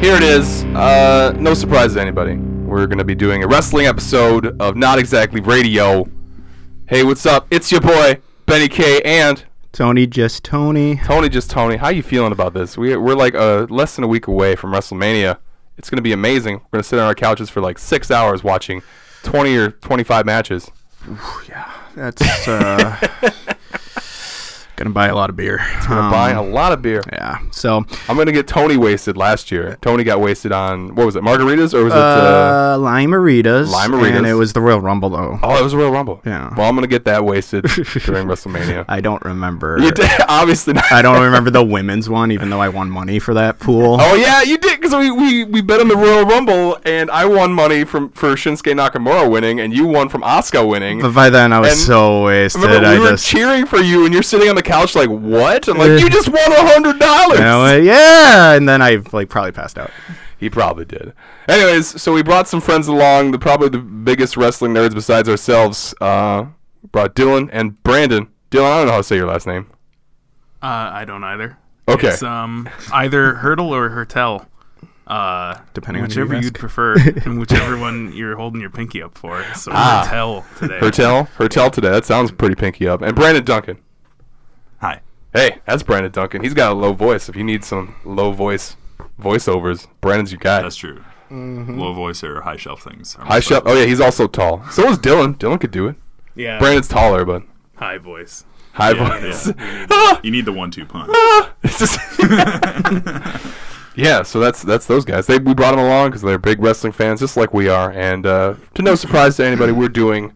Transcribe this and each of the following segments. Here it is. Uh, no surprise to anybody. We're going to be doing a wrestling episode of Not Exactly Radio. Hey, what's up? It's your boy, Benny K, and Tony just Tony. Tony just Tony. How you feeling about this? We, we're like uh, less than a week away from WrestleMania. It's going to be amazing. We're going to sit on our couches for like six hours watching 20 or 25 matches. That's uh, gonna buy a lot of beer. We're Um, buying a lot of beer. yeah. So I'm going to get Tony wasted last year. Tony got wasted on, what was it, margaritas? Or was it. Uh, uh, Limeritas. Limeritas. And it was the Royal Rumble though. oh, it was a Royal Rumble. Uh, Yeah. Well, I'm going to get that wasted during WrestleMania. I don't remember. You did, obviously not. I don't remember the women's one, even though I won money for that pool. Oh yeah, you did because we, we we bet on the Royal Rumble, and I won money from for Shinsuke Nakamura winning, and you won from Asuka winning. But by then I was And- so wasted. Remember, we I were just cheering for you, and you're sitting on the couch like, "What?" I'm like, Uh, "You just won a hundred you know, dollars." uh, yeah, and then I like probably passed out. He probably did. Anyways, so we brought some friends along. The probably the biggest wrestling nerds besides ourselves. Uh, brought Dylan and Brandon. Dylan, I don't know how to say your last name. Uh, I don't either. Okay. It's um, either Hurdle or Hertel. Uh, Depending on who whichever you would ask. prefer, and whichever one you're holding your pinky up for. So Ah. Hertel today. Hertel, Hertel today. That sounds pretty pinky up. And Brandon Duncan. Hi. Hey, that's Brandon Duncan. He's got a low voice. If you need some low voice voiceovers, Brandon's your guy. That's true. Mm-hmm. Low voice or high shelf things. are I shut. Oh yeah, he's also tall. So is Dylan. Dylan could do it. Yeah. Brandon's taller, but High voice. high Yeah, voice. my- You need the one-two punch. It's just- yeah, so that's that's those guys. They we brought them along because they're big wrestling fans, just like we are. And uh, to no surprise to anybody, we're doing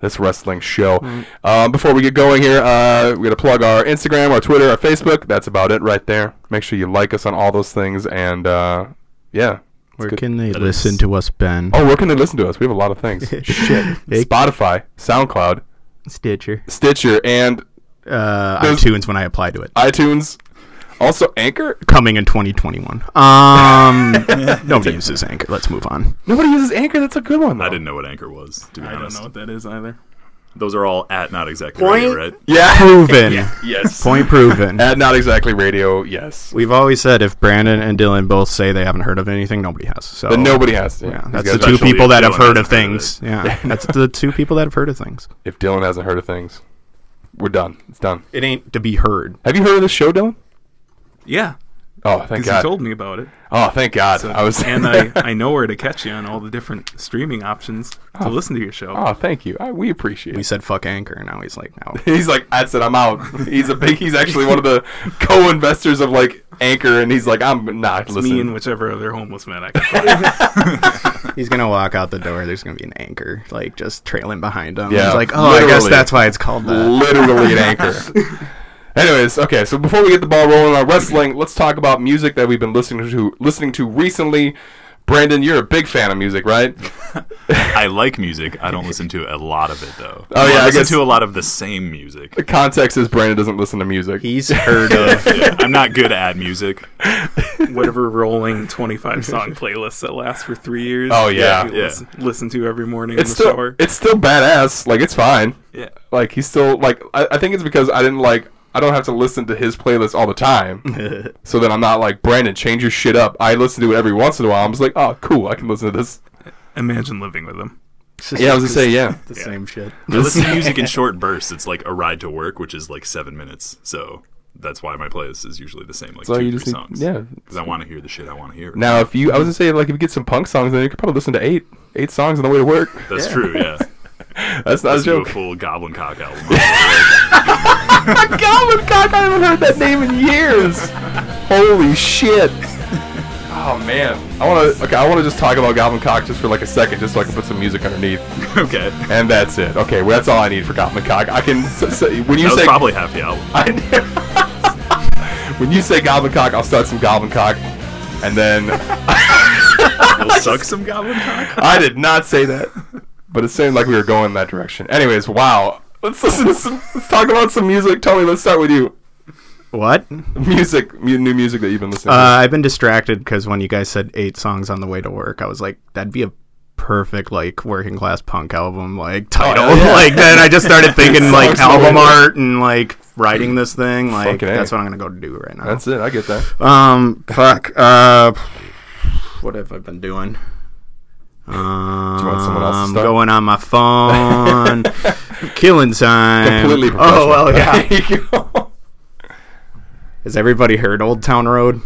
this wrestling show. Um, before we get going here, uh, we got to plug our Instagram, our Twitter, our Facebook. That's about it right there. Make sure you like us on all those things. And uh, yeah, Where good. can they That listen is- to us, Ben? oh, where can they listen to us? We have a lot of things. Shit, They- Spotify, SoundCloud, Stitcher, Stitcher, and uh, There's- iTunes. When I apply to it, iTunes. Also, Anchor. coming in 2021. Um, nobody uses Anchor. Let's move on. Nobody uses Anchor. That's a good one. I though. didn't know what anchor was. To be I don't honest, know what that is either. those are all at not exactly radio, right. Yeah. Proven. Yes. Point proven. At Uh, not exactly radio. Yes. We've always said if Brandon and Dylan both say they haven't heard of anything, nobody has. So But nobody has. To. Oh. Yeah, These guys that's are- the two Especially people if that have Dylan heard hasn't of heard of things. yeah, that's the two people that have heard of things. If Dylan hasn't heard of things, we're done. It's done. It ain't to be heard. Have you heard of this show, Dylan? Yeah. Oh, thank Because you God. told me about it. oh, thank God. I was. and I, I know where to catch you on all the different streaming options to listen to your show. oh, thank you. I, we appreciate. We it. said fuck anchor, and now he's like, no. He's like, that's it. I'm out. He's a big. He's actually one of the co-investors of like Anchor, and he's like, I'm not me listening. and whichever other homeless man I can find. he's gonna walk out the door. There's gonna be an anchor, like just trailing behind him. Yeah, he's like, oh, I guess literally. that's why it's called that. literally an anchor. Anyways, okay, so before we get the ball rolling on wrestling, let's talk about music that we've been listening to listening to recently. Brandon, you're a big fan of music, right? I like music. I don't listen to a lot of it though. Oh, yeah, I I listen guess- to a lot of the same music. The context is Brandon doesn't listen to music. He's heard of. Yeah, I'm not good at music. whatever rolling 25 song playlists that last for three years. Oh, yeah. that you Yeah. Listen, listen to every morning it's in the still shower. it's still badass. Like it's fine. yeah. Like he's still like I, I think it's because I didn't like I don't have to listen to his playlist all the time. so then I'm not like Brandon, change your shit up. I listen to it every once in a while. I'm just like, oh, cool, I can listen to this. Imagine living with them. Yeah, I was gonna say yeah. the same shit. I listen to music in short bursts. It's like a ride to work, which is like seven minutes. So that's why my playlist is usually the same, like So two you or just three need- songs. yeah. because I want to hear the shit I want to hear. Now, if you, I was gonna say, like, if you get some punk songs, then you could probably listen to eight, eight songs on the way to work. that's true. Yeah, That's not a listen to a joke. full Goblin Cock album. Goblin cock! I haven't heard that name in years. Holy shit! Oh man, I want to. Okay, I want to just talk about Goblin cock just for like a second, just so I can put some music underneath, okay, and that's it. Okay, well, that's all I need for Goblin cock. I can. s s- when you that was say probably half the album. I, when you say Goblin cock, I'll start some Goblin cock, and then. We'll suck some goblin cock. I did not say that, but it seemed like we were going that direction. Anyways, wow. Let's listen to some. Let's talk about some music, Tony. Let's start with you. What? Music, mu- new music that you've been listening. Uh, I've been distracted because when you guys said eight songs on the way to work, I was like, that'd be a perfect like working class punk album like title. Oh, yeah. like then I just started thinking like Songs on the way album to work. art and like writing this thing. Like Fucking A. that's what I'm gonna go do right to. now. That's it. I get that. Um, fuck. Um, Uh, What have I been doing? Um, want someone else to I'm start? going on my phone. Killing time. Completely Oh professional. well, yeah. There you go. Has everybody heard Old Town Road?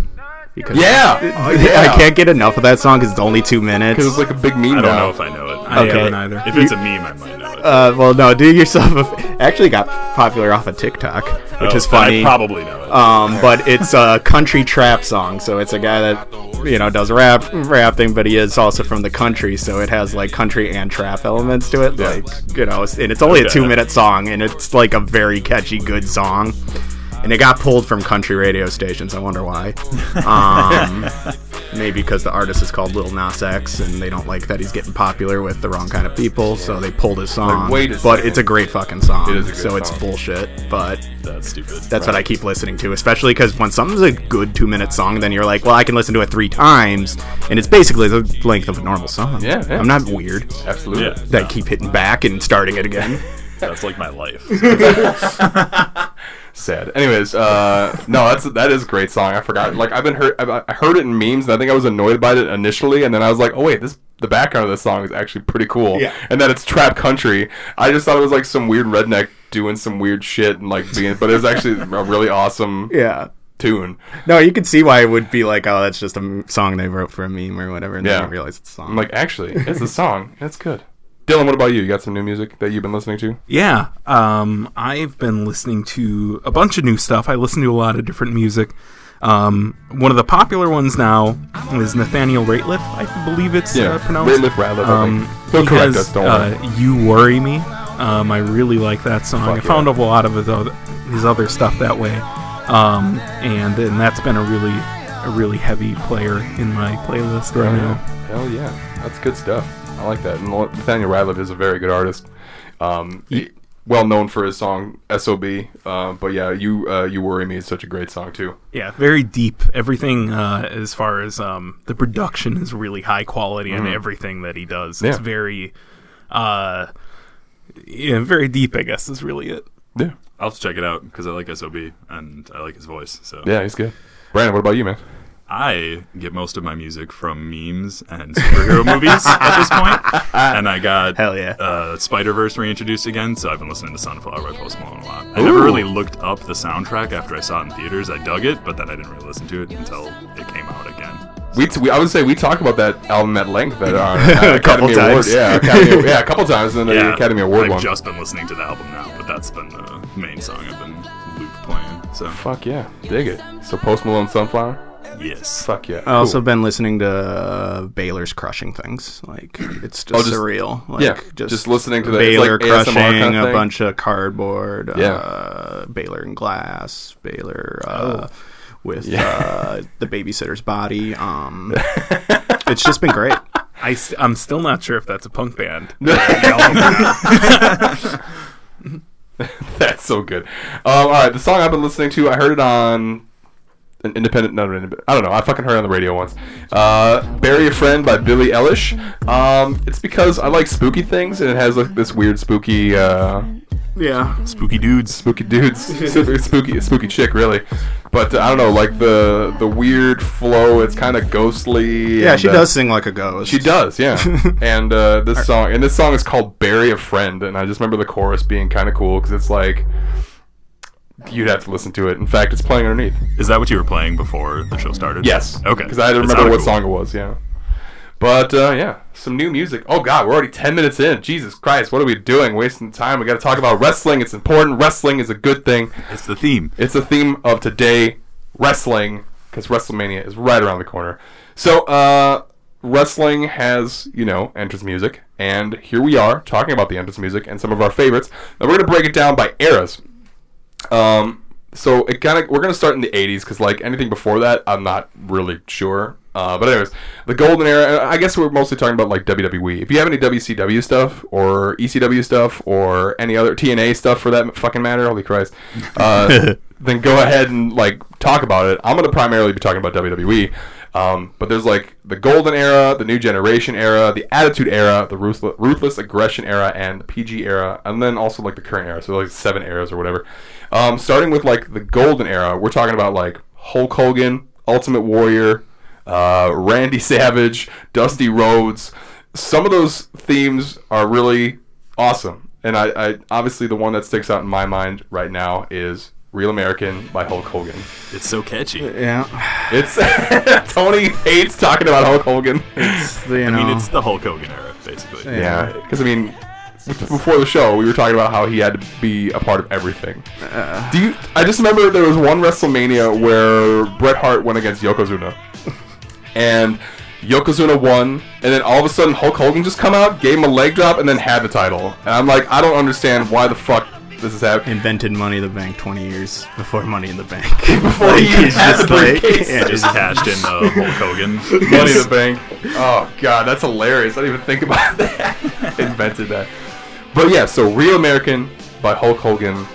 Because yeah. Oh, I can't get enough of that song because it's only two minutes. Because it's like a big meme I don't now. know if I know it. I Okay. haven't either. If it's a meme, I might know it. Uh, well, no, do yourself. A f- actually, got popular off of TikTok, which Oh, is funny. I probably know it. um, but it's a country trap song. So it's a guy that you know does rap rap thing, but he is also from the country. So it has like country and trap elements to it. Like you know, it's- and it's only a Okay. two minute song, and it's like a very catchy, good song. And it got pulled from country radio stations. I wonder why. Um, maybe because the artist is called Lil Nas X, and they don't like that he's getting popular with the wrong kind of people, so they pulled his song. wait a but second. it's a great fucking song. It is a good so it's song. bullshit. But That's stupid. that's what I keep listening to, especially because when something's a good two minute song, then you're like, well, I can listen to it three times, and it's basically the length of a normal song. Yeah, yeah. I'm not weird. Absolutely. Yeah. That I keep hitting back and starting it again. That's like my life. Sad. Anyways, uh, no, that's that is a great song. I forgot. Like I've been heard, I I heard it in memes, and I think I was annoyed by it initially, and then I was like, oh wait, this the background of this song is actually pretty cool. Yeah. And that it's trap country. I just thought it was like some weird redneck doing some weird shit and like being, but it was actually a really awesome yeah. tune. No, you can see why it would be like, oh, that's just a m- song they wrote for a meme or whatever, and Yeah. then you realize it's a song. I'm like, actually, it's a song. That's good. Dylan, what about you? You got some new music that you've been listening to? Yeah, um, I've been listening to a bunch of new stuff. I listen to a lot of different music. Um, one of the popular ones now is Nathaniel Rateliff. I believe it's uh, pronounced. Ratliff Ratliff. Um, I think. he He'll correct has, us. Don't worry. uh, you worry me. Um, I really like that song. I yeah. found a lot of his other, his other stuff that way, um, and and that's been a really a really heavy player in my playlist right now. Hell yeah, that's good stuff. I like that. And Nathaniel Radcliffe is a very good artist. Um, well known for his song "SOB," uh, but yeah, you uh, you worry me is such a great song too. Yeah, very deep. Everything uh, as far as um, the production is really high quality, and everything that he does is Yeah. very, uh, yeah, very deep. I guess is really it. Yeah, I'll have to check it out because I like Sob and I like his voice. So yeah, he's good. Brandon, what about you, man? I get most of my music from memes and superhero movies at this point, and I got Hell yeah. uh, Spider Verse reintroduced again. So I've been listening to Sunflower by Post Malone a lot. I never really looked up the soundtrack after I saw it in theaters. I dug it, but then I didn't really listen to it until it came out again. We, t- we I would say we talk about that album at length at our uh, couple Academy Award. times. Yeah, Academy, yeah, a couple times, and then the Academy Award I've one. just been listening to the album now, but that's been the main song I've been loop playing. So Fuck yeah, dig it. So Post Malone, Sunflower. yes, Fuck yeah. I've also Cool. been listening to uh, Baylor's crushing things. Like it's just, Oh, just- surreal. Like, yeah, just listening to the- it's Baylor like ASMR crushing kind of a thing. bunch of cardboard. Yeah. Uh, Baylor and glass. Baylor Oh. uh, with uh, the babysitter's body. Um, it's just been great. I am still not sure if that's a punk band. That's so good. Um, all right, the song I've been listening to, I heard it on an independent. Not an independent. I don't know. I fucking heard it on the radio once. Uh, "Bury a Friend" by Billie Eilish. Um, it's because I like spooky things, and it has like this weird spooky, uh, Yeah. spooky dudes. spooky dudes, spooky, spooky chick, really. But uh, I don't know, like the the weird flow. It's kind of ghostly. Yeah, and, she uh, does sing like a ghost. She does, yeah. and uh, this song, and this song is called "Bury a Friend," and I just remember the chorus being kind of cool because it's like you'd have to listen to it. In fact, it's playing underneath. Is that what you were playing before the show started? Yes, Okay. Because I had to It remember sounded what cool. song it was. Yeah. But uh, yeah, some new music. Oh God, we're already ten minutes in. Jesus Christ, what are we doing? Wasting time. We got to talk about wrestling. It's important. Wrestling is a good thing. It's the theme. It's the theme of today, wrestling, because WrestleMania is right around the corner. So, uh, wrestling has, you know, entrance music, and here we are talking about the entrance music and some of our favorites. Now, we're going to break it down by eras. Um, so it kind of we're gonna start in the '80s because like anything before that, I'm not really sure. Uh, but anyways, the golden era. uh, I guess we're mostly talking about like WWE. If you have any WCW stuff or ECW stuff or any other TNA stuff for that fucking matter, holy Christ, uh, then go ahead and like talk about it. I'm gonna primarily be talking about WWE. Um, but there's like the golden era, the new generation era, the attitude era, the ruthless, ruthless aggression era, and the PG era, and then also like the current era. So like seven eras or whatever. Um, starting with like the golden era, we're talking about like Hulk Hogan, Ultimate Warrior, uh, Randy Savage, Dusty Rhodes. Some of those themes are really awesome. And I, I obviously the one that sticks out in my mind right now is Real American by Hulk Hogan. It's so catchy. Yeah. It's Tony hates talking about Hulk Hogan. It's the, you I mean, know, it's the Hulk Hogan era, basically. Yeah, because I mean, before the show, we were talking about how he had to be a part of everything. Do you? I just remember there was one WrestleMania where Bret Hart went against Yokozuna, and Yokozuna won, and then all of a sudden Hulk Hogan just come out, gave him a leg drop, and then had the title. And I'm like, I don't understand why the fuck this is happening. invented Money in the Bank 20 years before Money in the Bank. before he even had the briefcase. yeah, Just just cashed in uh, Hulk Hogan. Money in the bank. Oh god, that's hilarious. I didn't even think about that. Invented that. But yeah, so Real American by Hulk Hogan.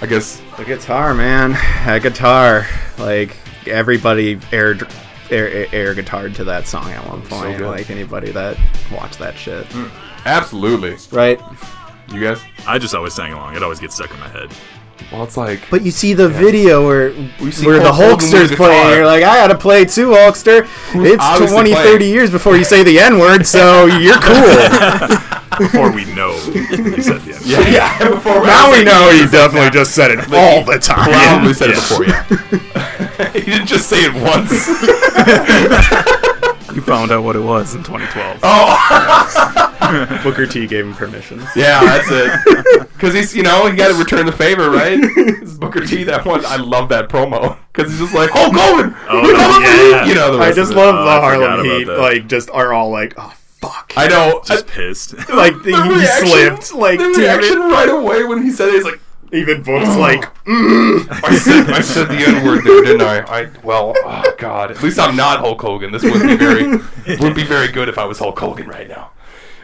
I guess the guitar, man, that guitar. Like everybody air air, air guitar to that song at one point. good. Hmm. like anybody that watched that shit, absolutely. right? You guys? I just always sang along. It always gets stuck in my head. Well, it's like But you see the video where see where the Hulk Hogan with Hulkster's a playing. guitar. You're like, I gotta play too, Hulkster. it's obviously 20, playing. 30 years before you say the N word, so you're cool. Before we know, he said the end. Yeah. yeah. Before now we know he definitely just said it all the time. Probably said Yeah. it before. Yeah. he didn't just say it once. You found out what it was in 2012. Booker T gave him permission. yeah, that's it. Because he's you know he got to return the favor, right? It's Booker T that one. I love that promo because he's just like Hulk Hogan. Oh, you know, yeah. you know the I rest just of it. love Oh, the I Harlem forgot about Heat. that. Like, just are all like, oh fuck. I know. Just pissed. like he The reaction- slipped. Like, the damn reaction it. right away when he said it, he's like, Even Book's like, I said, I said the N word there, didn't I? I well, oh God. At least I'm not Hulk Hogan. This wouldn't be very wouldn't be very good if I was Hulk Hogan right now.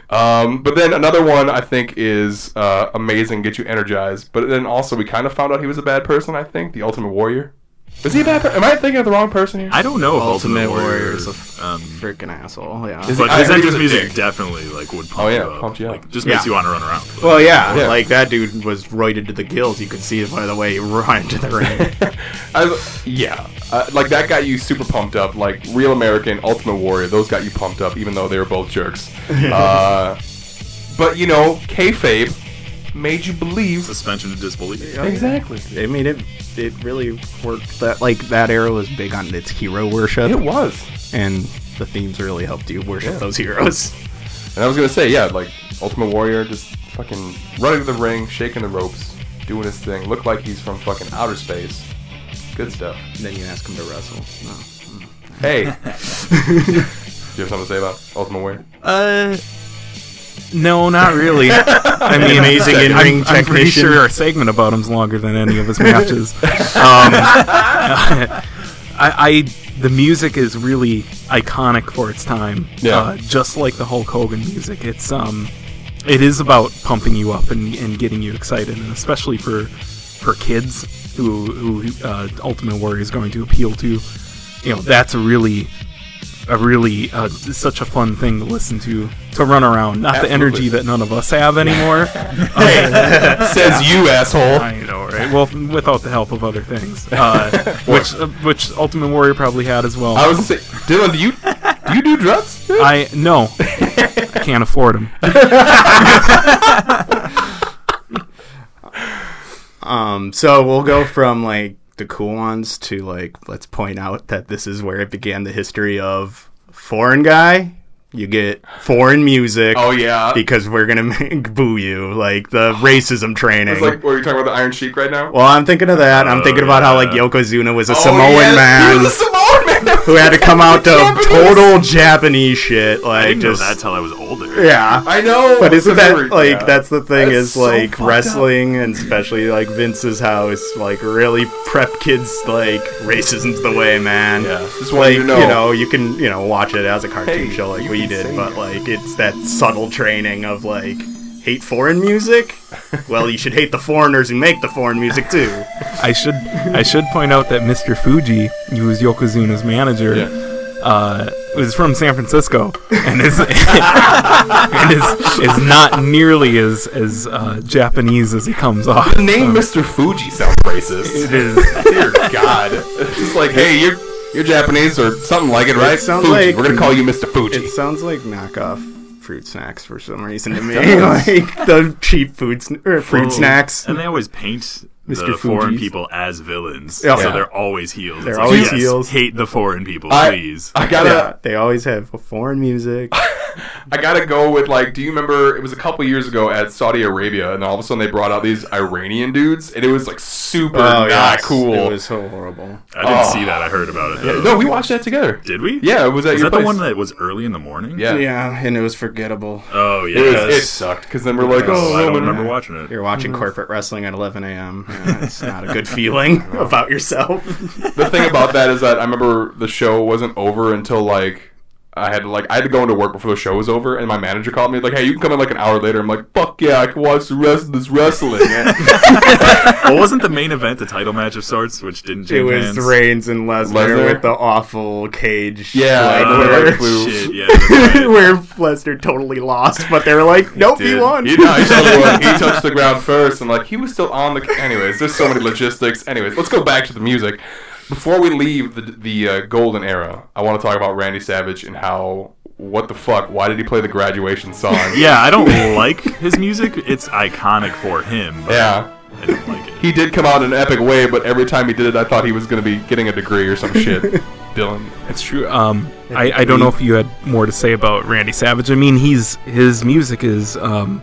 Um, but then another one I think is uh, amazing, get you energized. But then also we kind of found out he was a bad person. I think the Ultimate Warrior. Is he a bad? Per- Am I thinking of the wrong person here? I don't know if Ultimate, Ultimate Warrior Warriors. is a um, freaking asshole. Yeah. Is but I his heard he was entrance a music dick. definitely like would pump Oh, yeah, you up. pumped you up. Like, just makes Yeah. you want to run around. well, yeah, Yeah. Like that dude was roided to the gills. You could see it by the way he ran to the ring. I was- yeah, uh, like that got you super pumped up. Like Real American, Ultimate Warrior, those got you pumped up, even though they were both jerks. uh, but you know, kayfabe made you believe. suspension of disbelief. Exactly. I mean, it it really worked. That like that era was big on its hero worship, It was. and the themes really helped you worship those heroes. And I was gonna say, yeah, like Ultimate Warrior, just fucking running to the ring, shaking the ropes, doing his thing. Looked like he's from fucking outer space. Good stuff. And then you ask him to wrestle. No. Hey, do you have something to say about Ultimate Warrior? Uh, no, not really. I mean, amazing I'm- in-ring I'm, pretty technician. sure our segment about him's longer than any of his matches. Um, I, I the music is really iconic for its time. Yeah. Uh, just like the Hulk Hogan music, it's um, it is about pumping you up and, and getting you excited, and especially for for kids who who uh, Ultimate Warrior is going to appeal to. You know, that's a really a really uh, such a fun thing to listen to to run around. Not the Absolutely. energy that none of us have anymore. Hey, says you, asshole. I know, right? Well, without the help of other things, uh, which uh, which Ultimate Warrior probably had as well. I was gonna say, Dylan, do you do you do drugs? I no, I can't afford them. Um, so we'll go from like the cool ones to like let's point out that this is where it began the history of foreign guy. You get foreign music. Oh yeah. Because we're gonna make, boo you like the racism training. It's like, were you talking about the Iron Sheik right now? well, I'm thinking of that. I'm Oh, thinking about how like yeah. Yokozuna was a Samoan yes, man He was a Samoan man. who had to come out to Japanese. total Japanese shit. I Like didn't know just that till I was older. yeah. I know. But isn't Because they that were- like yeah. that's the thing That's is so like fucked up. wrestling and especially like Vince's house like really prep kids like racism's the way man. Yeah, just wanted like you you to know. know. you can you know watch it as a cartoon Hey, show like you we can did, sing but it. like it's that subtle training of like hate foreign music. well, you should hate the foreigners who make the foreign music too. I should I should point out that Mr. Fuji, who was Yokozuna's manager, Yeah. uh, was from San Francisco and is and is, is not nearly as as uh, Japanese as he comes off. The name Mr. Fuji sounds racist. It is Dear God. It's just like, hey, you're You're Japanese or something like it, right? sounds Fuji. like- We're gonna call you Mr. Fuji. It sounds like knockoff fruit snacks for some reason to me. like the cheap food sn- or fruit Oh, snacks. And they always paint the Mr. foreign Fuji's. people as villains. Yeah. So Yeah. they're always heels. They're It's always yes, heels. Hate the foreign people, I- please. I gotta, Yeah, they always have foreign music. I gotta go with like. Do you remember? It was a couple years ago at Saudi Arabia, and all of a sudden they brought out these Iranian dudes, and it was like super not Oh, yes, cool. It was so horrible. I didn't Oh. see that. I heard about it though. no, we watched that together. Did we? Yeah, it was at Is your that the place. one that was early in the morning? Yeah. Yeah, and it was forgettable. Oh yeah. It, was- it sucked because then we're like, Oh, oh, I no, don't no, no. remember watching it. You're watching Mm-hmm. corporate wrestling at 11 a.m. Yeah, it's not a good feeling about yourself. the thing about that is that I remember the show wasn't over until like I had to like I had to go into work before the show was over, and my manager called me like, "Hey, you can come in like an hour later." I'm like, "Fuck yeah, I can watch the rest of this wrestling." well, wasn't the main event the title match of sorts, which didn't It change was hands? Reigns and Lesnar, Lesnar? with the awful cage. Yeah, I like, know, where- like, blue. Oh, shit, yeah. that's right. where Lesnar totally lost, but they were like, "Nope, he, did. won." He, no, he, totally won. He touched the ground first, and like he was still on the. Anyways, there's so many logistics. Anyways, let's go back to the music. Before we leave the the uh, golden era, I want to talk about Randy Savage and how what the fuck? Why did he play the graduation song? Yeah, I don't like his music. It's iconic for him. But yeah. I don't like it. He did come out in an epic way, but every time he did it, I thought he was going to be getting a degree or some shit. Dylan, That's true. Um, I, I don't know if you had more to say about Randy Savage. I mean, he's his music is um,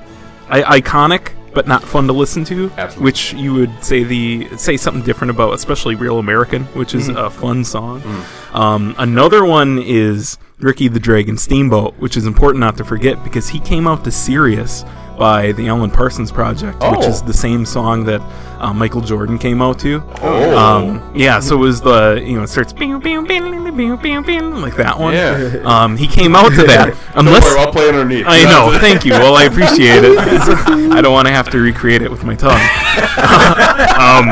I- iconic, but not fun to listen to. Absolutely. Which you would say the say something different about, especially "Real American," which is a fun song. Mm. Um, another one is Ricky the Dragon Steamboat, which is important not to forget because he came out to Sirius by the Alan Parsons Project, which Oh. is the same song that uh, Michael Jordan came out to. Oh. Um, yeah, so it was the you know it starts bing, bing, bing, bing, bing, bing, like that one. Yeah. Um, he came out to that. Unless Or I'll play underneath. I know. Thank you. Well, I appreciate it. I don't want to have to recreate it with my tongue. um,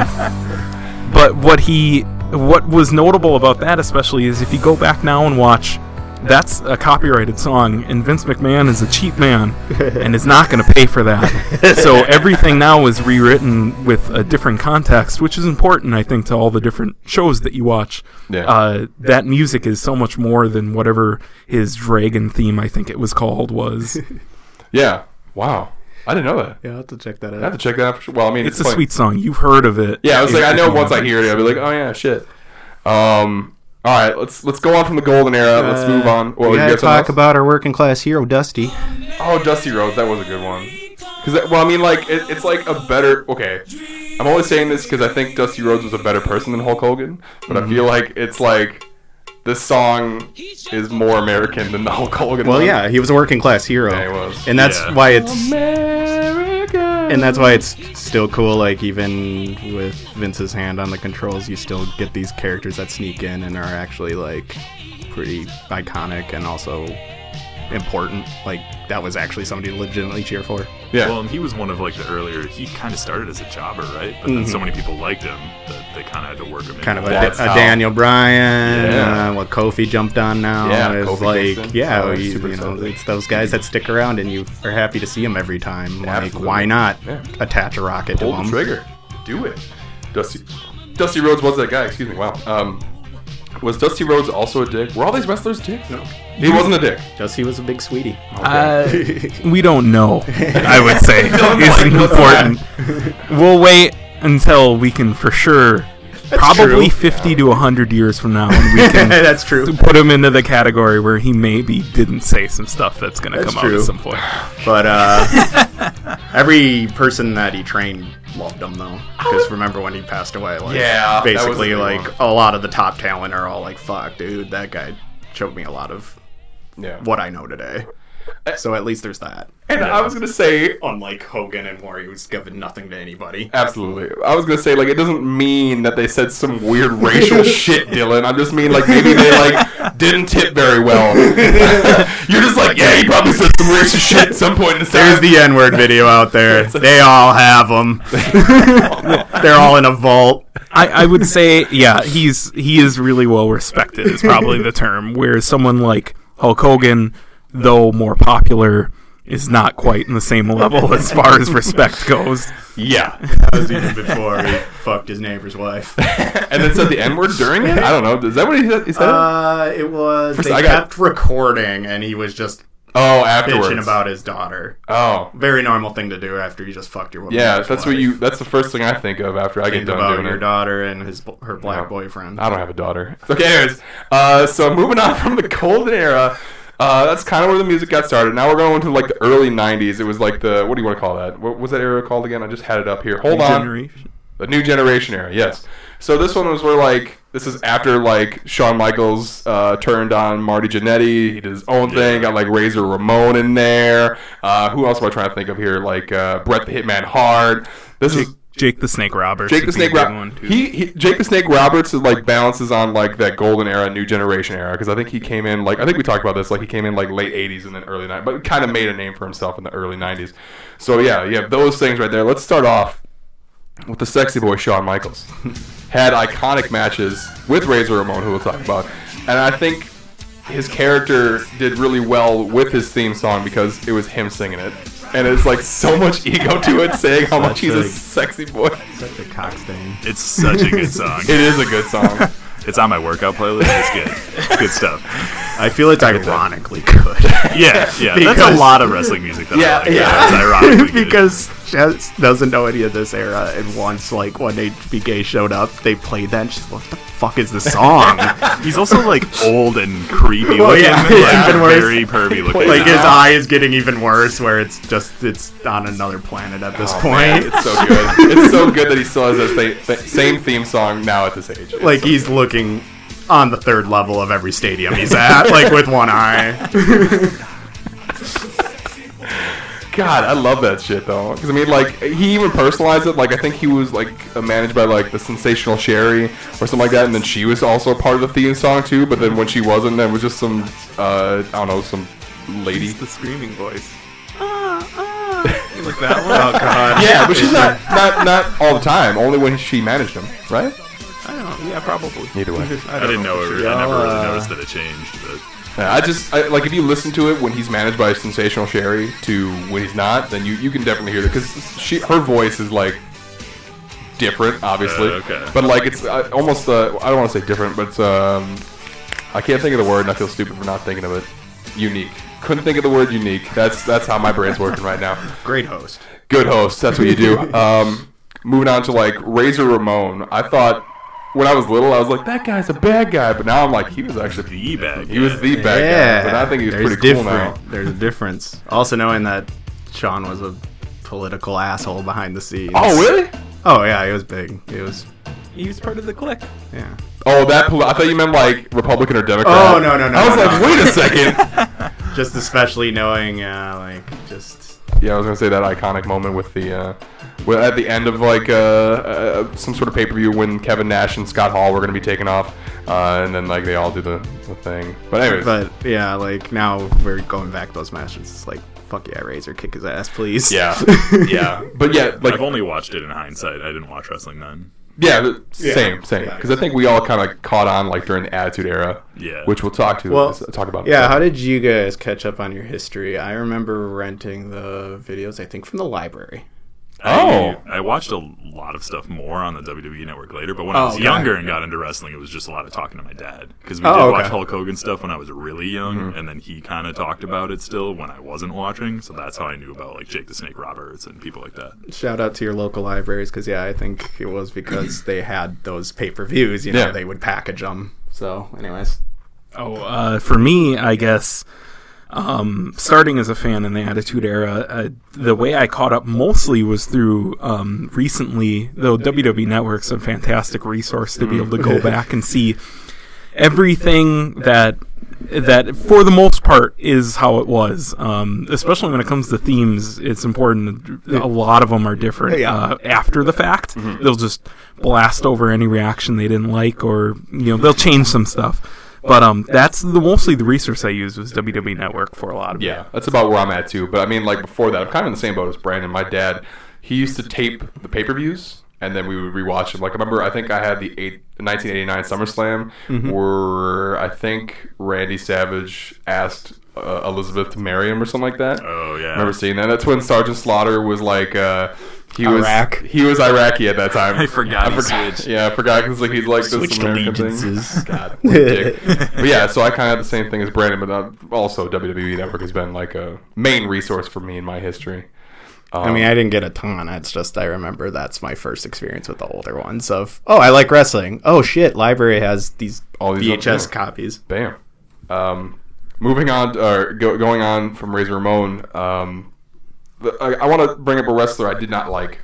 but what he, what was notable about that, especially, is if you go back now and watch, that's a copyrighted song, and Vince McMahon is a cheap man and is not going to pay for that. so everything now is rewritten with a different context, which is important, I think, to all the different shows that you watch Yeah. uh, that music is so much more than whatever his dragon theme, I think it was called, was. Yeah. Wow. I didn't know that. Yeah, I'll have to check that I have to out. check that out. For sure. Well, I mean, it's a playing- sweet song. You've heard of it. Yeah, I was If- like, I if know you once I haven't. hear it, I'll be like, oh yeah, shit. Um, all right, let's let's go on from the golden era. Let's move on. Well, Uh, we you gotta got something talk else? about our working class hero, Dusty. Oh, Dusty Rhodes, that was a good one. Because well, I mean, like it, it's like a better. Okay, I'm only saying this because I think Dusty Rhodes was a better person than Hulk Hogan, but I Mhm. feel like it's like this song is more American than the Hulk Hogan. Well, one. yeah, he was a working class hero, Yeah, he was. and that's Yeah. why it's America. and that's why it's still cool. Like even with Vince's hand on the controls, you still get these characters that sneak in and are actually like pretty iconic and also important. Like that was actually somebody to legitimately cheer for. yeah. Well, and he was one of like the earlier. He kind of started as a jobber, right? But then so Mm-hmm. many people liked him that they kind of had to work him. kind of into a, that. That's a how- Daniel Bryan, Yeah. uh, what Kofi jumped on now. Yeah, is Kofi like Kingston. yeah, Oh, you, super you know, excited. it's those guys that stick around and you are happy to see them every time. Like Absolutely. why not Yeah. attach a rocket to Pull them? the trigger. Do it. Dusty Dusty Rhodes was that guy. Excuse me. Wow. Um, was Dusty Rhodes also a dick? Were all these wrestlers dicks? No. He wasn't a dick. Just he was a big sweetie. Oh. Uh, we don't know, I would say. it's like, what's important. We'll wait until we can for sure, probably 50 to 100 years from now, and we can That's true. put him into the category where he maybe didn't say some stuff that's going to That's come out true. at some point. But uh, every person that he trained loved him though, because remember when he passed away? Like, Yeah, that was a basically big like one. a lot of the top talent are all like, "Fuck, dude, that guy showed me a lot of Yeah. what I know today." Uh, So at least there's that. And I was gonna say unlike Hogan and Warrior, who's given nothing to anybody. Absolutely. I was gonna say like it doesn't mean that they said some weird racial shit, Dylan. I just mean like maybe they like didn't tip very well. You're just like, yeah, he probably said some racist shit at some point in the There's time. the N word video out there. They all have them. They're all in a vault. I, I would say, yeah, he's he is really well respected. Is probably the term. Whereas someone like Hulk Hogan, though more popular, is not quite in the same level as far as respect goes. Yeah. That was even before he fucked his neighbor's wife. and then said the N word during it? I don't know. Is that what he said? He said it? Uh, it was First, they I got- kept recording, and he was just Oh, afterwards. bitching about his daughter. Oh. Very normal thing to do after you just fucked your woman. Yeah, that's what you. That's the first thing I think of after I get think done about doing your it. Ah. daughter and his her black No. boyfriend. I don't have a daughter. Okay, anyways. Uh, so moving on from the golden era, uh, that's kind of where the music got started. Now we're going into like the early '90s. It was like the what do you want to call that? What was that era called again? I just had it up here. Hold on. Generation. The new generation era, yes. So this one was where like this is after like Shawn Michaels uh, turned on Marty Jannetty. He did his own thing. Got like Razor Ramon in there. Uh, who else am I trying to think of here? Like uh, Bret the Hitman Hard. This Jake, is Jake the Snake Robber. Jake should the be a Snake good Roberts. one, too. He, he Jake the Snake Roberts is like balances on like that golden era, new generation era because I think he came in like I think we talked about this like he came in like late '80s and then early '90s, but kind of made a name for himself in the early '90s. So yeah, you have those things right there. Let's start off with the sexy boy Shawn Michaels. Had iconic matches with Razor Ramon, who we'll talk about, and I think his character did really well with his theme song because it was him singing it. And it's like so much ego to it, saying how much he's a a- sexy boy. Such a cock stain. It's such a good song. It is a good song. It's on my workout playlist. It's good. Good stuff. I feel it's ironically good Yeah, yeah. that's Because- a lot of wrestling music that I Yeah, like. yeah. It's ironically good. because Jess doesn't know any of this era. And once, like when HBK showed up, they played that. And she's like, "What the fuck is this song?" he's also like old and creepy looking. Well, yeah, and, yeah, like, even worse. very pervy looking. like his eye is getting even worse, where it's just it's on another planet at this Oh, point. It's so good. It's so good that he still has that th- same theme song now at this age. like he's looking on the third level of every stadium he's at, like with one eye. God, I love that shit though. Because I mean, like he even personalized it. Like I think he was like uh, managed by like the Sensational Sherry or something like that, and then she was also part of the theme song too. But then when she wasn't, then it was just some uh, I don't know some lady. He's the screaming voice. Ah, ah. You like that one? oh god. Yeah, but she's not not not all the time. Only when she managed him, right? I don't. Yeah, probably. Either way. I didn't know. It, re- I never really noticed that it changed. But Yeah, Uh, I just I, like if you listen to it when he's managed by Sensational Sherry to when he's not, then you, you can definitely hear that because she her voice is like different, obviously. Uh, okay. But like it's uh, almost uh, I don't want to say different, but it's, um I can't think of the word, and I feel stupid for not thinking of it. Unique. Couldn't think of the word unique. That's that's how my brain's working right now. Great host. Good host. That's what you do. Um, moving on to like Razor Ramon. I thought when I was little, I was like that guy's a bad guy, but now I'm like he was actually the bag. he was the bad guy, but I think he was pretty cool now. There's a difference. Also knowing that Sean was a political asshole behind the scenes. Oh, really? Oh yeah, he was big. He was He was part of the clique. yeah. Oh, that. Poli- I thought you meant like Republican or Democrat. Oh, no, no, no, I was no, like, no. wait a second. Just especially knowing uh, like just yeah, I was gonna say that iconic moment with the, uh, with, at the end of like uh, uh, some sort of pay per view when Kevin Nash and Scott Hall were gonna be taken off, uh, and then like they all do the, the thing. But anyways, but yeah, like now we're going back to those matches. It's like fuck yeah, Razor, kick his ass, please. yeah, yeah. But yeah, like I've only watched it in hindsight. I didn't watch wrestling then. yeah, the- same, same. Yeah. Because I think we all kind of caught on like during the Attitude Era. Yeah. Which we'll talk to Well, talk about. Yeah, how did you guys catch up on your history? I remember renting the videos, I think, from the library. Oh. I, I watched a lot of stuff more on the WWE Network later, but when Oh, I was okay. younger and got into wrestling, it was just a lot of talking to my dad because we Oh, did okay. watch Hulk Hogan stuff when I was really young, and then he kind of talked about it still when I wasn't watching. So that's how I knew about like Jake the Snake Roberts and people like that. Shout out to your local libraries because, yeah, I think it was because they had those pay per views. You know, Yeah. they would package them. So, anyways, Oh, uh, for me, I guess um, starting as a fan in the Attitude Era, uh, the way I caught up mostly was through um, recently, though WWE Network's a fantastic resource to be able to Mm-hmm. go back and see everything that that for the most part is how it was um, especially when it comes to themes it's important a lot of them are different Yeah. uh, after the fact they'll just blast over any reaction they didn't like or you know they'll change some stuff but um, that's the mostly the resource I used was WWE Network for a lot of it. Yeah, that's about where I'm at too. But I mean, like before that, I'm kind of in the same boat as Brandon. My dad, he used to tape the pay per views, and then we would rewatch them. Like I remember, I think I had the eight, 1989 SummerSlam, where I think Randy Savage asked uh, Elizabeth to marry him or something like that. Oh yeah. Remember seeing that? That's when Sergeant Slaughter was like uh, he was Iraq. he was Iraqi at that time. I forgot I he forgot. switched. Yeah, I forgot because like he's like this Switched American thing. allegiances. God, what a dick. but yeah, so I kind of have the same thing as Brandon, but uh, also WWE Network has been like a main resource for me in my history. I mean, I didn't get a ton. It's just I remember that's my first experience with the older ones of oh, I like wrestling. Oh shit, library has these All all these these VHS other- copies. Bam. Um, moving on, or go, going on from Razor Ramon. Um, the, I, I want to bring up a wrestler I did not like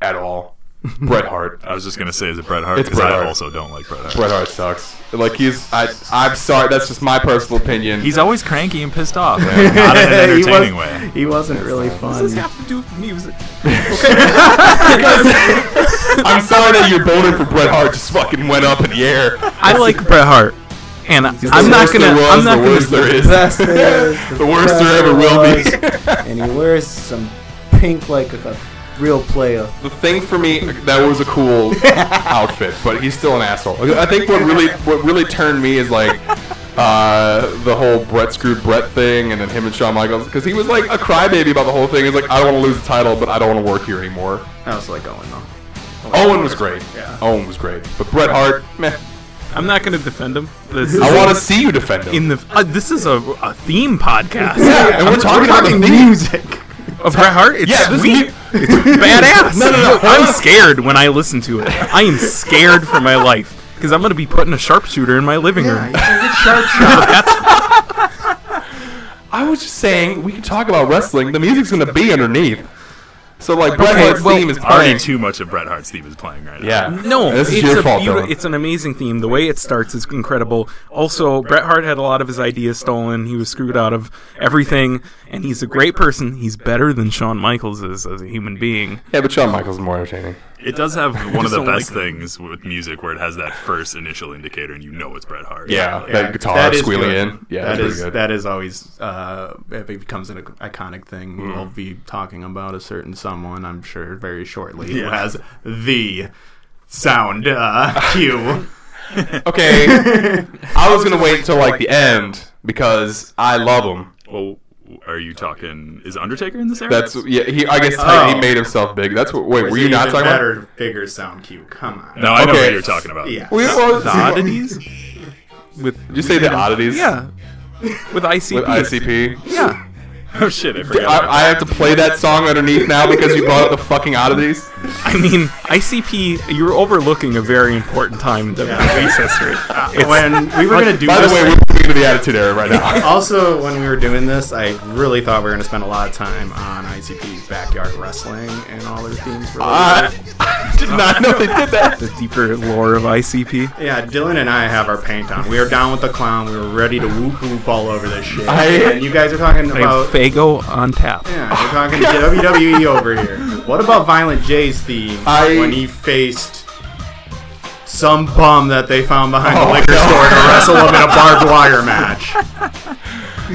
at all. Bret Hart. I was just gonna say, is it Bret Hart? It's Because Bret I Hart. also don't like Bret Hart. Bret Hart sucks. Like he's, I, I'm sorry. That's just my personal opinion. He's always cranky and pissed off. and Not in an He was- entertaining way. He wasn't really What does this fun. have to do with music? I'm sorry that your voting for Bret Hart just fucking went up in the air. I like Bret Hart, and I'm the not worst gonna. there was, I'm the not worst gonna. there is. the worst there ever will be. and he wears some pink like a, real player. the thing for me that was a cool outfit, but he's still an asshole. I think what really what really turned me is like uh, the whole Brett screwed Brett thing, and then him and Shawn Michaels because he was like a crybaby about the whole thing. He's like, I don't want to lose the title, but I don't want to work here anymore. I was like Owen though. Owen was great. Yeah. Owen was great, but Bret Hart, meh. I'm not gonna defend him. This I is want to see you defend him. in the. Uh, this is a, a theme podcast. yeah, and we're, talking, about the theme. music. Of Bret Hart, it's Yeah, this sweet. mu- badass. No, no, no. I'm scared when I listen to it. I am scared for my life because I'm gonna be putting a sharpshooter in my living room. I was just saying we can talk about wrestling. The music's gonna be underneath. So like Bret Okay, Hart's well, theme is Already playing. too much of Bret Hart's theme is playing right now. Yeah. No, this is it's your a fault, beauti- Dylan. it's an amazing theme. The way it starts is incredible. Also, Bret Hart had a lot of his ideas stolen. He was screwed out of everything, and he's a great person. He's better than Shawn Michaels is as a human being. Yeah, but Shawn Michaels is more entertaining. It does have one of the don't like best things with music where it has that first initial indicator and you know it's Bret Hart. Yeah, Like, that guitar That is squealing good. in. Yeah, that that's is pretty good. that is always uh, it becomes an iconic thing. Mm. We'll be talking about a certain someone, I'm sure, very shortly who Yeah. has the sound uh, cue. okay, I was gonna wait until like the end because I love him. Well, are you talking? Is Undertaker in this era? That's yeah. He, I guess like, Oh. he made himself big. That's what. Wait, were you not talking about? about bigger sound cue? Come on. no, I know Okay. what you're talking about. Yeah. Well, well, The oddities with Did you say the oddities? yeah, with ICP. With ICP, Yeah, Oh shit, I forgot. about I, I have to play that song underneath now because you brought up the fucking oddities. I mean ICP. You're overlooking a very important time in WWE's history. when we were gonna do By the this, way, we're moving into the Attitude Era right now. also when we were doing this, I really thought we were gonna spend a lot of time on ICP's backyard wrestling and all their themes. Related. I I did not know they did that. The deeper lore of ICP. Yeah, Dylan and I have our paint on. We are down with the clown. We were ready to whoop whoop all over this shit. I- and you guys are talking I about have Fago on tap. yeah, you're talking WWE E over here. What about Violent J's theme I- when he faced some bum that they found behind Oh, the liquor no. store to wrestle him in a barbed wire match?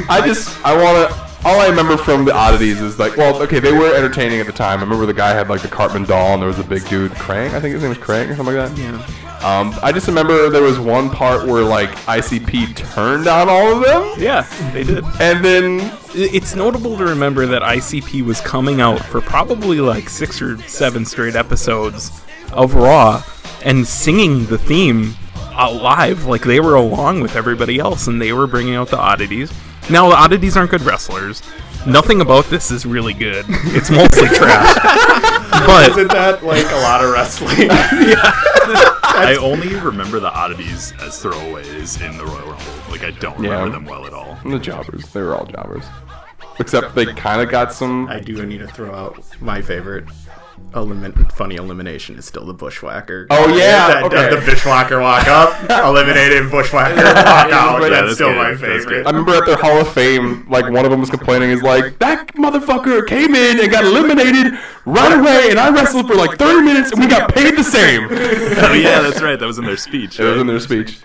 I just I want to. All I remember from the oddities is like, well, okay, they were entertaining at the time. I remember the guy had like the Cartman doll, and there was a big dude, Krang. I think his name was Krang or something like that. Yeah. Um, I just remember there was one part where like ICP turned on all of them, Yeah, they did. and then It's notable to remember that ICP was coming out for probably like six or seven straight episodes of Raw and singing the theme out live. Like they were along with everybody else and they were bringing out the oddities. Now, the oddities aren't good wrestlers. Nothing about this is really good. It's mostly trash. But Isn't that like a lot of wrestling? I only remember the oddities as throwaways in the Royal Rumble. Like I don't remember Yeah. them well at all. the jobbers. They were all jobbers, except they kind of got some. I do need to throw out my favorite. Elimin- funny elimination is still the bushwhacker. Oh, yeah, that does okay. the bushwhacker walk up, eliminated bushwhacker walk out. Yeah, that's that's still good, my that's good. favorite. I remember at their Hall of Fame, like one of them was complaining, is like that motherfucker came in and got eliminated right away, and I wrestled for like 30 minutes, and we got paid the same. oh yeah, that's right. That was in their speech. It was in their speech.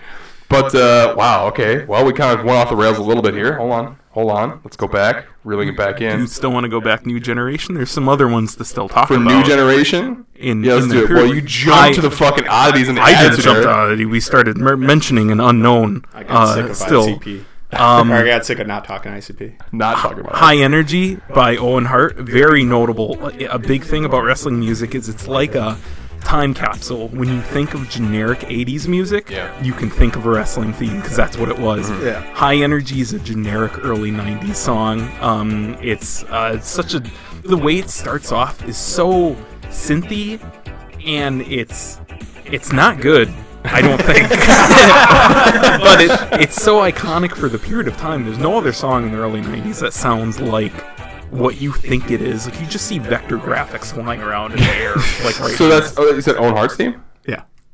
But uh, wow, okay. Well, we kind of went off the rails a little bit here. Hold on, hold on. Let's go back, reeling it back you in. still want to go back New Generation? There's some other ones to still talk For about. new generation, In- yeah, let's in do the it. Well, period. you jumped I- to the fucking oddities and the I attitude did something. era. oddity. We started mer- mentioning an unknown. I got uh, sick of still, ICP. Um, I got sick of not talking ICP. Not talking about High Energy by Owen Hart, very notable. A a big thing about wrestling music is it's like a time capsule. When you think of generic 80s music, Yeah. you can think of a wrestling theme because that's what it was. Yeah. High Energy is a generic early 90s song. Um, it's, uh, it's such a. The way it starts off is so synthy and it's it's not good. I don't think, but it, it's so iconic for the period of time. There's no other song in the early '90s that sounds like what you think it is. Like you just see vector graphics flying around in the air, like right. So that's oh, you said Owen Hart's team.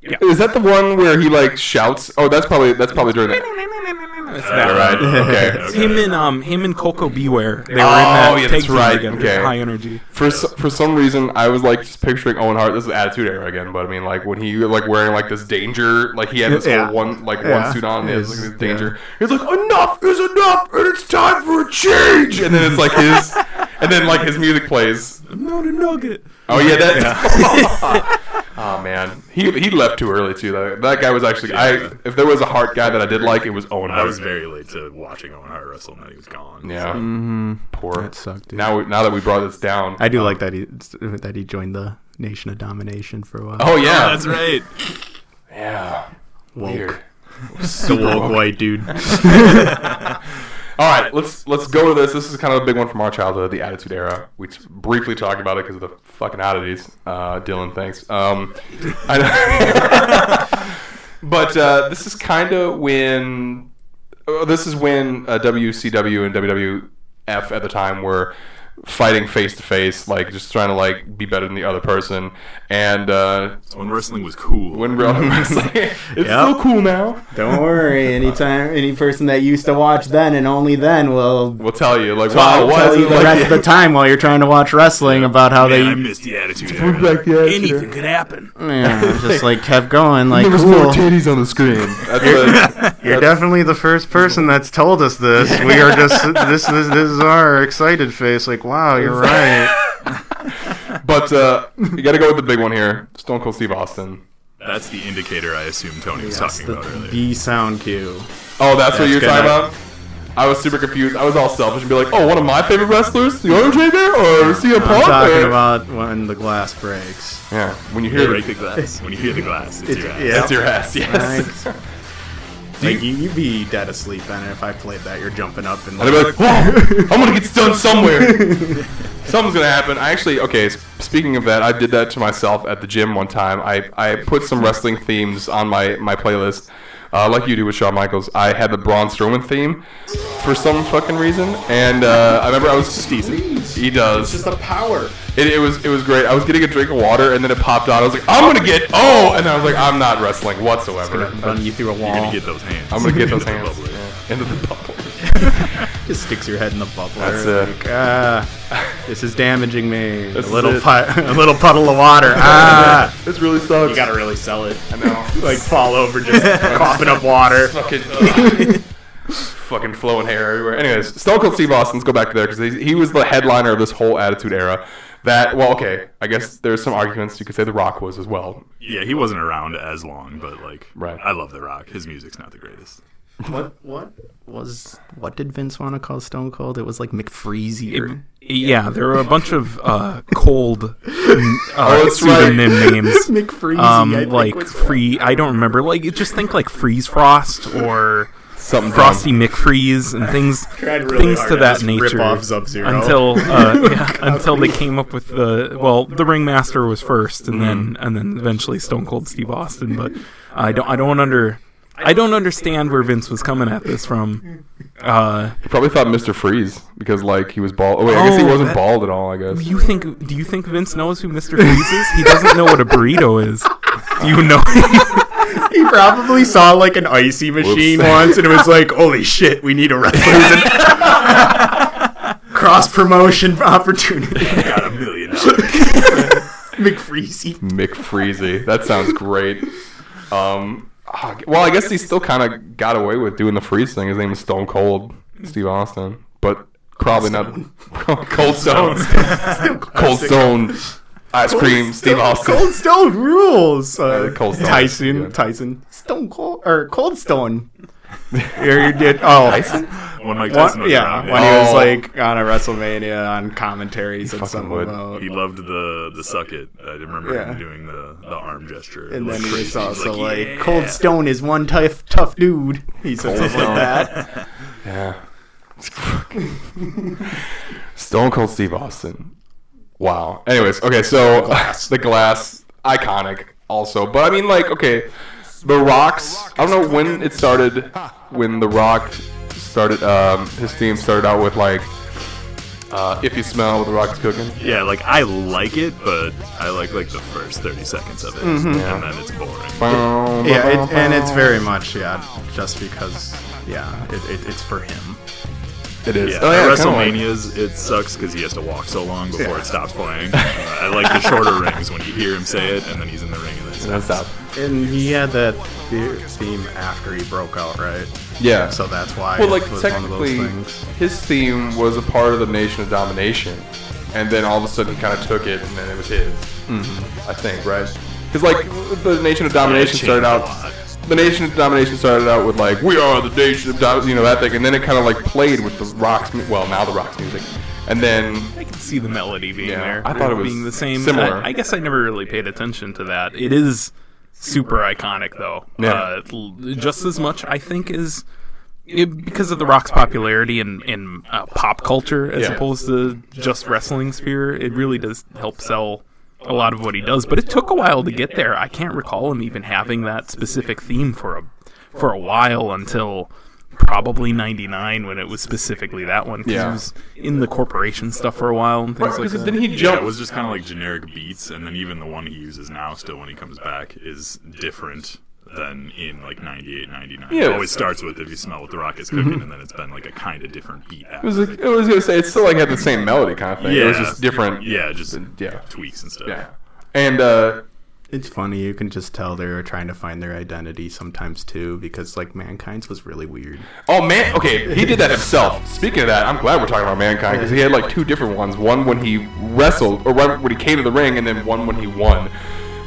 Yeah. Is that the one where he like shouts? Oh, that's probably that's probably during the It's that. right. Okay. Him and um him and Coco Beware. They were in Oh, that yeah, tag that's team right, together. okay. High energy. For s- for some reason, I was like just picturing Owen Hart. This is Attitude Era again, but I mean, like when he like wearing like this danger, like he had this Yeah. whole one like Yeah. one suit on, and it was Yes. like this danger. He's like, enough is enough, and it's time for a change. And then it's like his, and then like his music plays. I'm not a nugget. Oh yeah, that. oh man, he he left too early too. That, that guy was actually. I if there was a Hart guy that I did like, it was Owen I Hart. was very late to watching Owen Hart wrestle, and then he was gone. yeah. Mm-hmm. Poor. That sucked, dude. Now we, now that we brought this down. I do like that he that he joined the Nation of Domination for a while. oh yeah, That's right. yeah. woke. Weird. The woke white dude. All right, let's let's go to this. This is kind of a big one from our childhood, the Attitude Era. We t- briefly talked about it because of the fucking oddities. Uh, Dylan, thanks. Um, I but uh, this is kind of when uh, this is when uh, WCW and WWF at the time were fighting face to face, like just trying to like be better than the other person. And uh, When wrestling was cool. when real wrestling, it's Yep. so cool now. Don't worry. Anytime, any person that used to watch then and only then will We'll tell you, like, Oh, wow, what tell is you it the like- rest of the time while you're trying to watch wrestling about how Man, I they missed the attitude. Era. Like, yeah, sure. Anything could happen. yeah, just like kept going. Like There was cool. no titties on the screen. That's what, You're definitely the first person that's told us this. We are just this is this is our excited face. Like, wow, you're right. but uh, you got to go with the big one here. Stone Cold Steve Austin. That's the indicator I assume Tony was talking about earlier. B sound cue. Oh, that's what That's you're good. talking about. I was super confused. I was all selfish and be like, "Oh, one of my favorite wrestlers, The Undertaker, or CM I'm Punk." talking or-" about when the glass breaks. yeah. When you hear Break the it, glass. When you hear the glass, it's, It's- your ass. yeah. that's your ass. Yes. Right. Like you, you'd be dead asleep, and if I played that, you're jumping up and And I'd be like, "Whoa, I'm gonna get stunned somewhere. Something's gonna happen." I actually, okay. s- Speaking of that, I did that to myself at the gym one time. I, I put some wrestling themes on my my playlist, uh, like you do with Shawn Michaels. I had the Braun Strowman theme for some fucking reason, and uh, I remember I was He does. the power. It, it was it was great. I was getting a drink of water, and then it popped out. I was like, "I'm gonna get oh," and I was like, "I'm not wrestling whatsoever. Run you through a wall. You're gonna get those hands. I'm gonna get those Into the hands bubbler. Yeah. into the bubble." just sticks your head in the bubbler. That's it. like, ah, this is damaging me. This a little is it. pu- a little puddle of water. Uh, Ah, This really sucks. you gotta really sell it. I know. Like fall over, just coughing up water. fucking fucking flowing hair everywhere. Anyways, Stone Cold Steve Austin's go back to there because he, he was the headliner of this whole Attitude Era. That well, okay, I guess there's some arguments you could say The Rock was as well. Yeah, he wasn't around as long, but like, Right. I love The Rock. His music's not the greatest. What? What was? What did Vince want to call Stone Cold? It was like McFreezy. It- yeah, there were a bunch of uh, cold uh, that's right. pseudonym names. McFreezy. um, like free. I don't remember. Like, you just think like freeze frost or Something frosty McFreeze and things, things to that nature. Rip off Sub Zero. Until uh, yeah, until they came up with the well, the Ringmaster was first, and then and then eventually Stone Cold Steve Austin. But I don't I don't under I don't understand where Vince was coming at this from. Uh, He probably thought Mr. Freeze because like he was bald. Oh wait, I guess he Oh, wasn't that- bald at all. I guess. Do you think? Do you think Vince knows who Mr. Freeze is? He doesn't know what a burrito is. Do you know? he probably saw like an icy machine Whoops. once, and it was like, "Holy shit, we need a wrestler." Cross promotion opportunity. Got a million dollars. McFreezy. McFreezy. That sounds great. Um, ah, well, I guess he still kind of got away with doing the freeze thing. His name is Stone Cold Steve Austin, but probably not Cold Stone. Cold Stone ice cream Steve Austin. Cold Stone rules. Uh, Cold Stone. Tyson. Yeah. Tyson. Stone Cold or Cold Stone. You're- you're- oh, When Mike One- Tyson was yeah, around, when he was Oh. like on a WrestleMania on commentary, he said fucking something would. about He loved the the suck it. I remember Yeah. him doing the, the arm gesture. And Like then he crazy. was also like, yeah. Cold Stone is one tough, tough dude. He said something like that. Yeah. Stone Cold Steve Austin. Wow. Anyways, okay, so the glass, iconic also. But I mean, like, okay, The Rock's. I don't know when it started, when The Rock started, um, his theme started out with, like, uh, if you smell what The Rock's cooking. Yeah, like I like it, but I like like the first thirty seconds of it, and then it's boring. Um, Yeah, it, and it's very much yeah, just because yeah, it, it, it's for him. It is. Yeah, Oh, at yeah, kinda like- WrestleManias, it sucks because he has to walk so long before Yeah. it stops playing. Uh, I like the shorter rings when you hear him say it, and then he's in the ring and then it No, stops. stop. And he had that the- theme after he broke out, right? Yeah. So that's why Well, like it was one of those technically, things. his theme was a part of the Nation of Domination, and then all of a sudden he kind of took it, and then it was his. I think, right? Because like the Nation of Domination Mm-hmm. Yeah, it changed started a out, lot. the Nation of Domination started out with like we are the Nation of Domination, you know that thing, and then it kind of like played with the rocks. mu- Well, now the rocks music, and then I can see the melody being Yeah, there. I thought it was being the same. similar. I, I guess I never really paid attention to that. It is super iconic, though. Yeah. Uh, l- just as much, I think, is because of the Rock's popularity in in uh, pop culture as Yeah. opposed to just wrestling sphere. It really does help sell a lot of what he does. But it took a while to get there. I can't recall him even having that specific theme for a for a while until probably 99 when it was specifically that one 'cause he Yeah. was in the corporation stuff for a while and things like because that. then he uh, Yeah, jumped. it was just kind of like generic beats, and then even the one he uses now, still when he comes back, is different than in like 98, 99. Yeah. Mm-hmm. it always starts with if you smell what the rock is cooking, and then it's been like a kind of different beat. After. it was, like- I was gonna say it still like had the same melody kind of thing. It was just different. Yeah, just yeah. tweaks and stuff. yeah. And uh, It's funny you can just tell they're trying to find their identity sometimes too, because like Mankind's was really weird. Oh man, okay, he did that himself. Speaking of that, I'm glad we're talking about mankind because he had like two different ones. One when he wrestled, or right when he came to the ring, and then one when he won.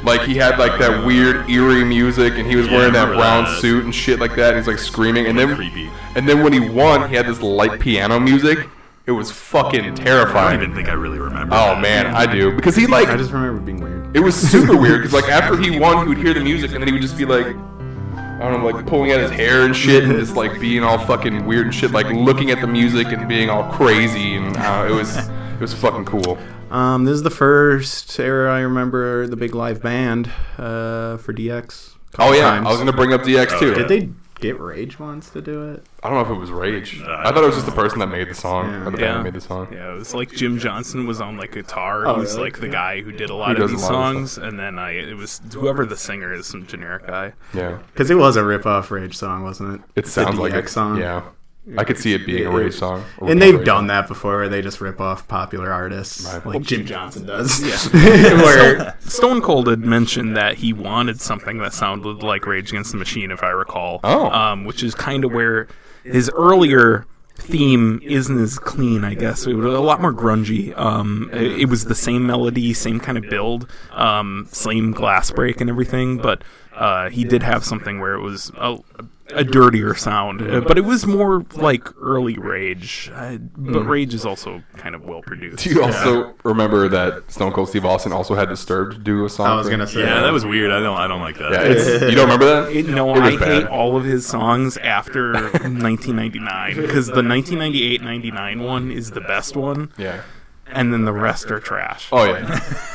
Like he had like that weird eerie music, and he was Yeah, I wearing that remember brown that. suit and shit like that. And he's like screaming, and then Creepy. and then when he won, he had this light piano music. It was fucking I terrifying. don't even think I really remember. Oh that. man, I do because he like I just remember being weird. it was super weird because like after he won, he would hear the music and then he would just be like, I don't know, like pulling out his hair and shit and just like being all fucking weird and shit, like looking at the music and being all crazy and uh, it was it was fucking cool. Um, this is the first era I remember the big live band uh, for DX. Oh yeah, Times. I was gonna bring up DX too. Did they get Rage once to do it? I don't know if it was Rage. I thought it was just the person that made the song or the band that made the song. Yeah, it was like Jim Johnson was on like guitar. Oh, he was really? like the guy who did a lot Who does of these a lot of songs, and then I it was whoever the singer is, some generic guy. Yeah, Because it was a rip-off Rage song, wasn't it? it sounds the like DX it. song. Yeah, I could see it being a Rage song. or And a they've Rage- done that before, where they just rip off popular artists, Right. like Well, Jim Johnson does. where Stone Cold had mentioned that he wanted something that sounded like Rage Against the Machine, if I recall. Oh. um, which is kind of where his earlier theme isn't as clean, I guess. It was a lot more grungy. Um, it, it was the same melody, same kind of build, um, same glass break and everything, but uh, he did have something where it was a, a dirtier sound, uh, but it was more like early Rage. Uh, but Rage is also kind of well produced. Hmm. Do you also remember that Stone Cold Steve Austin also had Disturbed do a song? I was for him? gonna say, Yeah, that was weird. I don't. I don't like that. Yeah, it's, you don't remember that? It, no, It was I bad. hate all of his songs after 1999 because the 1998-99 one is the best one, Yeah. and then the rest are trash. Oh yeah,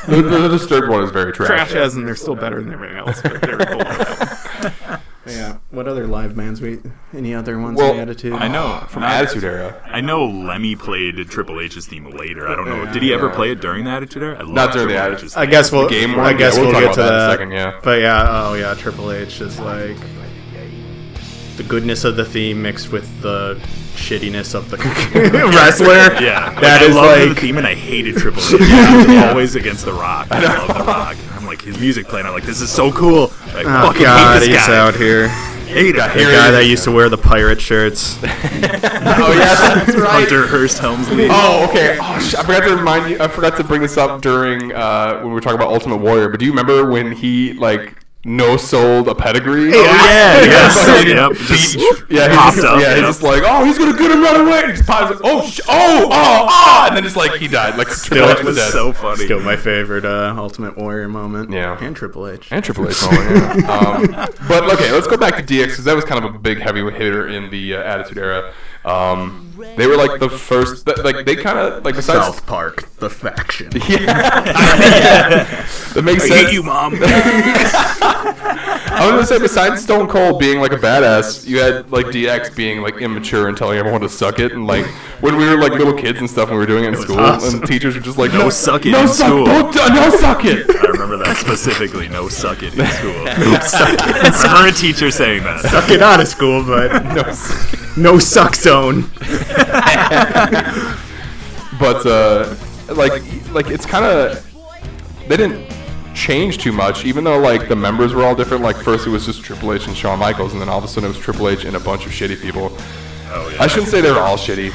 the, the, the disturbed one is very trash. Trash as and they're still better than everything else, but they're below that. yeah. What other live bands? We any other ones? Well, in Attitude. I know. From Not- Attitude Era. I know Lemmy played Triple H's theme later. I don't know. Did he ever Yeah. play it during the Attitude Era? I love Not during the Triple Attitude- H's I theme. guess we'll. game I one? guess Yeah, we'll, we'll talk about get to that in a second, that. yeah. But yeah, oh yeah, Triple H is like the goodness of the theme mixed with the shittiness of the wrestler. Yeah, that is I loved like the theme, and I hated Triple H. I was always against the Rock. I love the Rock. I'm like his music playing. I'm like, this is so cool. I Oh fucking god, hate he's this guy. out here. Hate him. The guy that used to wear the pirate shirts. Oh yeah, that's right. Hunter Hearst Helmsley. Oh okay. Oh, sh- I forgot to remind you. I forgot to bring this up during uh, when we were talking about Ultimate Warrior. But do you remember when he like no sold a pedigree. yeah, Yes. Oh, yep. Just Yeah, he popped just, up. yeah, yep. he's just like, oh, he's gonna get him right away. And he just pops up, oh, sh- oh, oh, ah, and then it's like he died, like Triple that H was was dead. so funny. Still my favorite uh, Ultimate Warrior moment. Yeah. And Triple H. and Triple H. Oh, yeah. um, but okay, let's go back to DX because that was kind of a big heavy hitter in the uh, Attitude Era. Um, they were like the first, th- like they kind of like besides South Park, the faction. Yeah. that makes sense. Hate you, mom. I was gonna say, besides Stone Cold being like a badass, you had like DX being like immature and telling everyone to suck it, and like when we were like little kids and stuff, when we were doing it in school, awesome. and teachers were just like, No suck it no in suck, school." don't do- no suck it. I remember that specifically. No suck it in school. I remember a teacher saying that. Suck it out of school, but No suck it. no suck zone. But uh, like, like it's kind of they didn't change too much, even though like the members were all different. Like first it was just Triple H and Shawn Michaels, and then all of a sudden it was Triple H and a bunch of shitty people. Oh, yeah. I shouldn't say they were all shitty.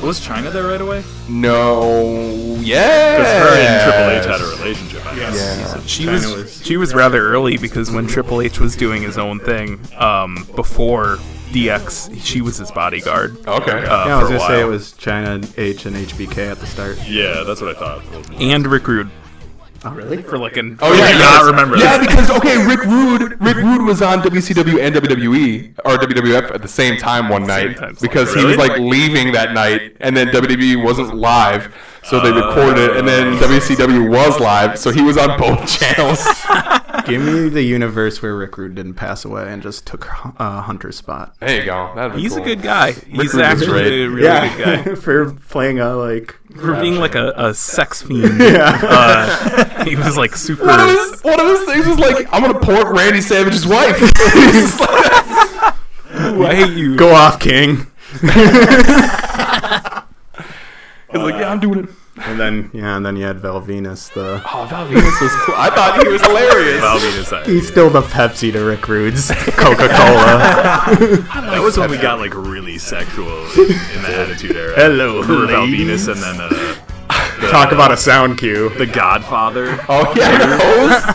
Was China there right away? No, yeah, Because her and Triple H had a relationship, I guess. She was, she was rather early because when Triple H was doing his own thing um, before DX, she was his bodyguard. Uh, Okay. Yeah, I was for a gonna while. say it was China H and HBK at the start. Yeah, that's what I thought. and Rick Rude Oh, really? for like an Oh yeah, I do not remember Yeah, this. because okay, Rick Rude, Rick Rude was on WCW and WWE or WWF at the same time one night time slot. because he was Really? like leaving that night, and then WWE wasn't live, so they recorded it, and then Oh. WCW was live, so he was on both channels. Give me the universe where Rick Rude didn't pass away and just took uh, Hunter's spot. there you go. That'd be He's a cool. good guy. He's Rude is actually great. a really good guy. for playing a like. For being like a, a sex fiend, Yeah. uh, he was like super. One of, his, one of his things was like, I'm gonna port Randy Savage's wife. He's just like- I hate you. Go off, King. he's like, yeah, I'm doing it. And then yeah, and then you had Val Venus, the Oh, Val Venus was cool. I thought he was hilarious. Valvin is that. he's still the Pepsi to Rick Rude's Coca Cola. That was when we got like really sexual in, in the Attitude Era. Hello, we were Val ladies. Venus and then uh, Talk about a sound cue. the Godfather. Oh yeah,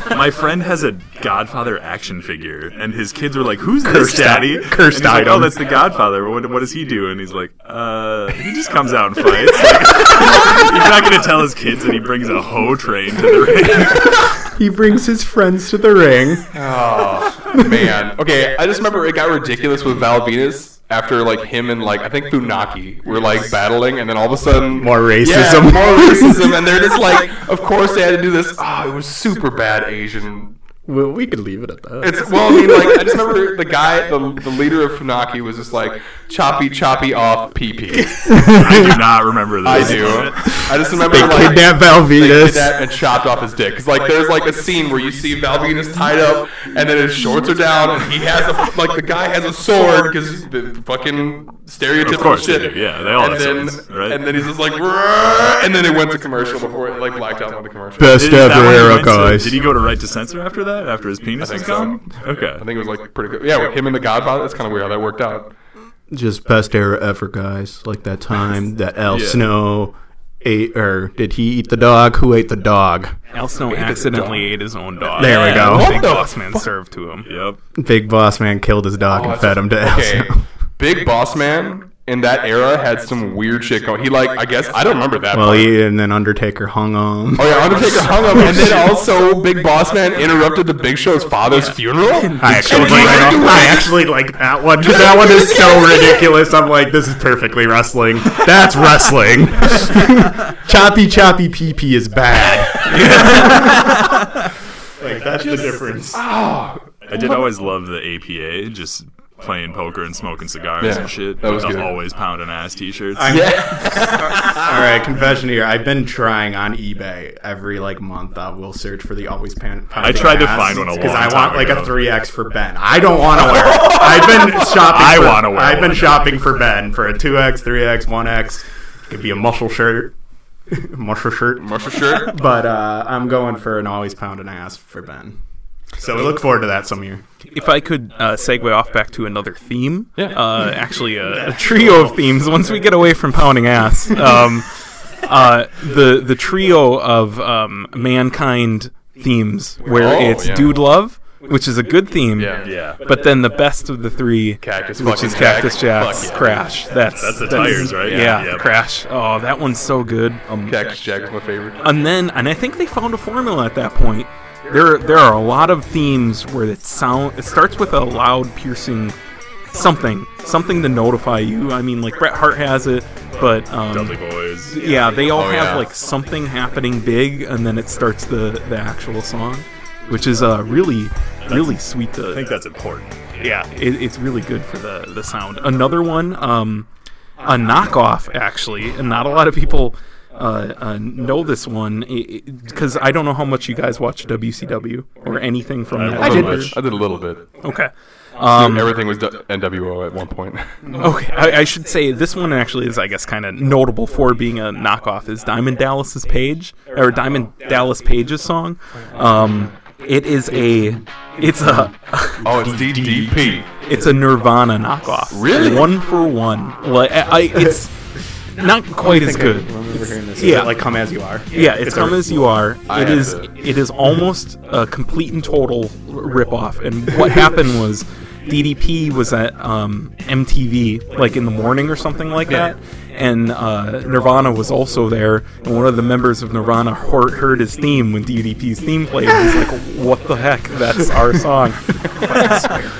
hose? My friend has a Godfather action figure, and his kids were like, "Who's Cursed this, Daddy?" i- cursed and he's like, item. oh, that's the Godfather. What, what does he do? And he's like, "Uh, he just comes out and fights." he's not gonna tell his kids that he brings a hoe train to the ring. He brings his friends to the ring. Oh man. Okay, I just remember it got ridiculous with Val Venus after like him and like I think Funaki were like battling, and then all of a sudden More Yeah, racism. more racism, and they're just like, of course they had to do this. Oh, it was super bad Asian. Well, we could leave it at that. It's well, I mean, like I just remember the guy, the, the leader of Funaki was just like choppy choppy off pee pee. I do not remember this. I do. I just remember they like kidnap Val they did Venus. that and chopped off his dick. 'Cause, like there's like a scene where you see Val Venus tied up and then his shorts are down and he has a like the guy has a sword because the fucking stereotypical Of course they shit. do, yeah, they all and have then, swords, right? And then he's just like, "Rrrr," and then it went to commercial before it like blacked out on the commercial. Best Is that ever when he era, went to- guys. did he go to right to censor after that? After his penis think was gone? so. Okay. I think it was like pretty good. Yeah, with him and the Godfather. That's kind of weird how that worked out. Just best era ever, guys. Like that time that El Yeah. Snow ate, or did he eat the dog? Who ate the dog? Al Snow accidentally ate his own dog. There we go. The What Big the boss man served to him. Yep. Big Boss Man killed his dog and fed him to El Okay, Snow. Big Boss Man in that era had some weird shit going. He like I guess I don't remember that. Well, part. he and then Undertaker hung him. Oh yeah, Undertaker hung up, and then also Big Boss Man interrupted the Big Show's father's funeral. I actually, like, I actually like that one. 'cause That one is so ridiculous. I'm like, this is perfectly wrestling. That's wrestling. choppy, choppy, pee pee is bad. like, that's the difference. I did always love the APA, just playing poker and smoking cigars Yeah, and shit. that was with the good. always pounding ass t-shirts. All right, confession here. I've been trying on eBay every like month. I will search for the always pan. I tried to find one a because long I time want like ago. a three X for Ben. I don't want to wear. It. I've been shopping. I for- wanna wear I've been one. shopping for Ben for a two X, three X, one X. Could be a muscle shirt, muscle shirt. Marshall shirt. But uh, I'm going for an always pounding ass for Ben. So we look forward to that some year. If I could uh, segue off back to another theme, Yeah. uh, actually a, a trio of themes. Once we get away from pounding ass, um, uh, the the trio of um, mankind themes where Oh, it's yeah. dude love, which is a good theme. Yeah. Yeah. But then the best of the three, Cactus which fucking is Cactus Jack. Jack's Fuck yeah. Crash. That's That's the tires, right? Yeah, Yeah. the Crash. Oh, that one's so good. Um, Cactus Jack's my favorite. and then and I think they found a formula at that point. There there are a lot of themes where it sound it starts with a loud piercing something something to notify you. I mean like Bret Hart has it, but Dudley um, Boys. yeah, they all Oh, have yeah. like something happening big, and then it starts the the actual song, which is uh really really sweet to I think that's important. yeah, it, it's really good for the the sound. Another one, um, a knockoff actually, and not a lot of people uh, uh, know this one because I don't know how much you guys watch WCW or anything from that. I I did. did. I did a little bit. Okay. Um, Everything was d- NWO at one point. Okay, I, I should say this one actually is, I guess, kind of notable for being a knockoff is Diamond Dallas's Page or Diamond Dallas Page's song. Um, it is a, it's a, oh, it's DDP. It's a Nirvana knockoff. Really? One for one. Like I, I it's not quite as good. remember hearing this. Yeah. like come as you are. Yeah, it's, come as you are. I It have is. to- It is almost a complete and total ripoff. And what happened was, DDP was at um, MTV like in the morning or something like that, and uh, Nirvana was also there. And one of the members of Nirvana heard, heard his theme when DDP's theme played. and He's like, "What the heck? That's our song."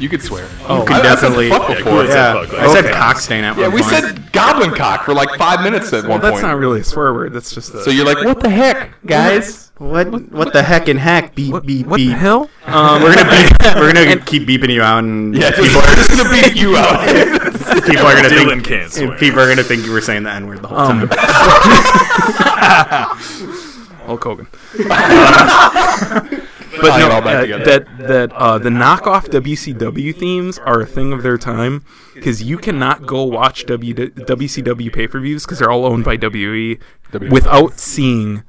You could swear. Oh, can I- I said definitely- fuck Yeah, before. cool. It's Yeah. a Yeah, fuck, like- I said Okay. cock stain at one we point. said goblin cock for like five minutes at one that's point. not really a swear word. That's just a, so you're like, what the heck, guys? What what, the heck in heck? Beep beep what beep. the hell? Um, we're gonna beep, we're gonna keep beeping you out, and Yeah, people people are just gonna beat you out. people are gonna Dylan think can't swear. people are gonna think you were saying the n word the whole Um, time. Hulk Hogan. Tie but it no, all back uh, together. that that uh, the knockoff WCW themes are a thing of their time because you cannot go watch w- WCW pay per views because they're all owned by WWE W- E. without seeing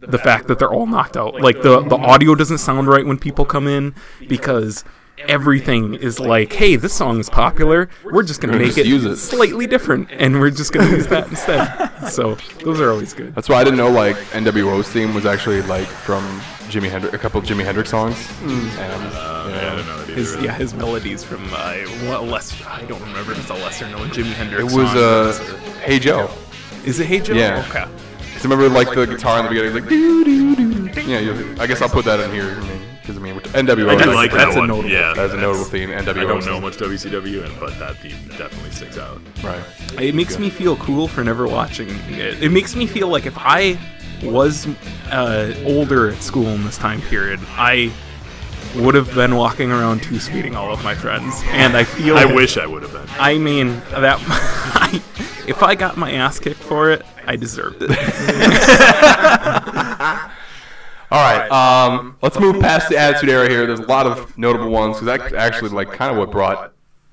the fact that they're all knocked out. Like the the audio doesn't sound right when people come in because. Everything is like, hey, this song is popular. We're just gonna We'll make just it, use it." slightly different, and we're just gonna use that instead. So those are always good. That's why I didn't know like NWO's theme was actually like from Jimi Hendrix, a couple of Jimi Hendrix songs. Hmm. And, Yeah, I yeah. don't know that either. His, yeah, his melodies from uh, well, less. I don't remember if it's a lesser known Jimi Hendrix. It was song. uh, Hey Joe. is it Hey Joe? yeah. Okay. Cause I remember like the guitar in the beginning, like doo doo doo. Yeah, you- I guess I'll put that in here. Because I mean, because I mean, NWO. I is do like that's that a one. notable- yeah, That's a that's- notable theme. NWO. I don't know much WCW, and but that theme definitely sticks out. Right. It makes me feel cool for never watching it. It makes me feel like if I was uh, older at school in this time period, I would have been walking around two speeding all of my friends, and I feel I wish I would have been. I mean that. I, if I got my ass kicked for it, I deserved it. All right. Um, let's move past the Attitude Era here. There's a lot of notable ones because that's actually like kind of what brought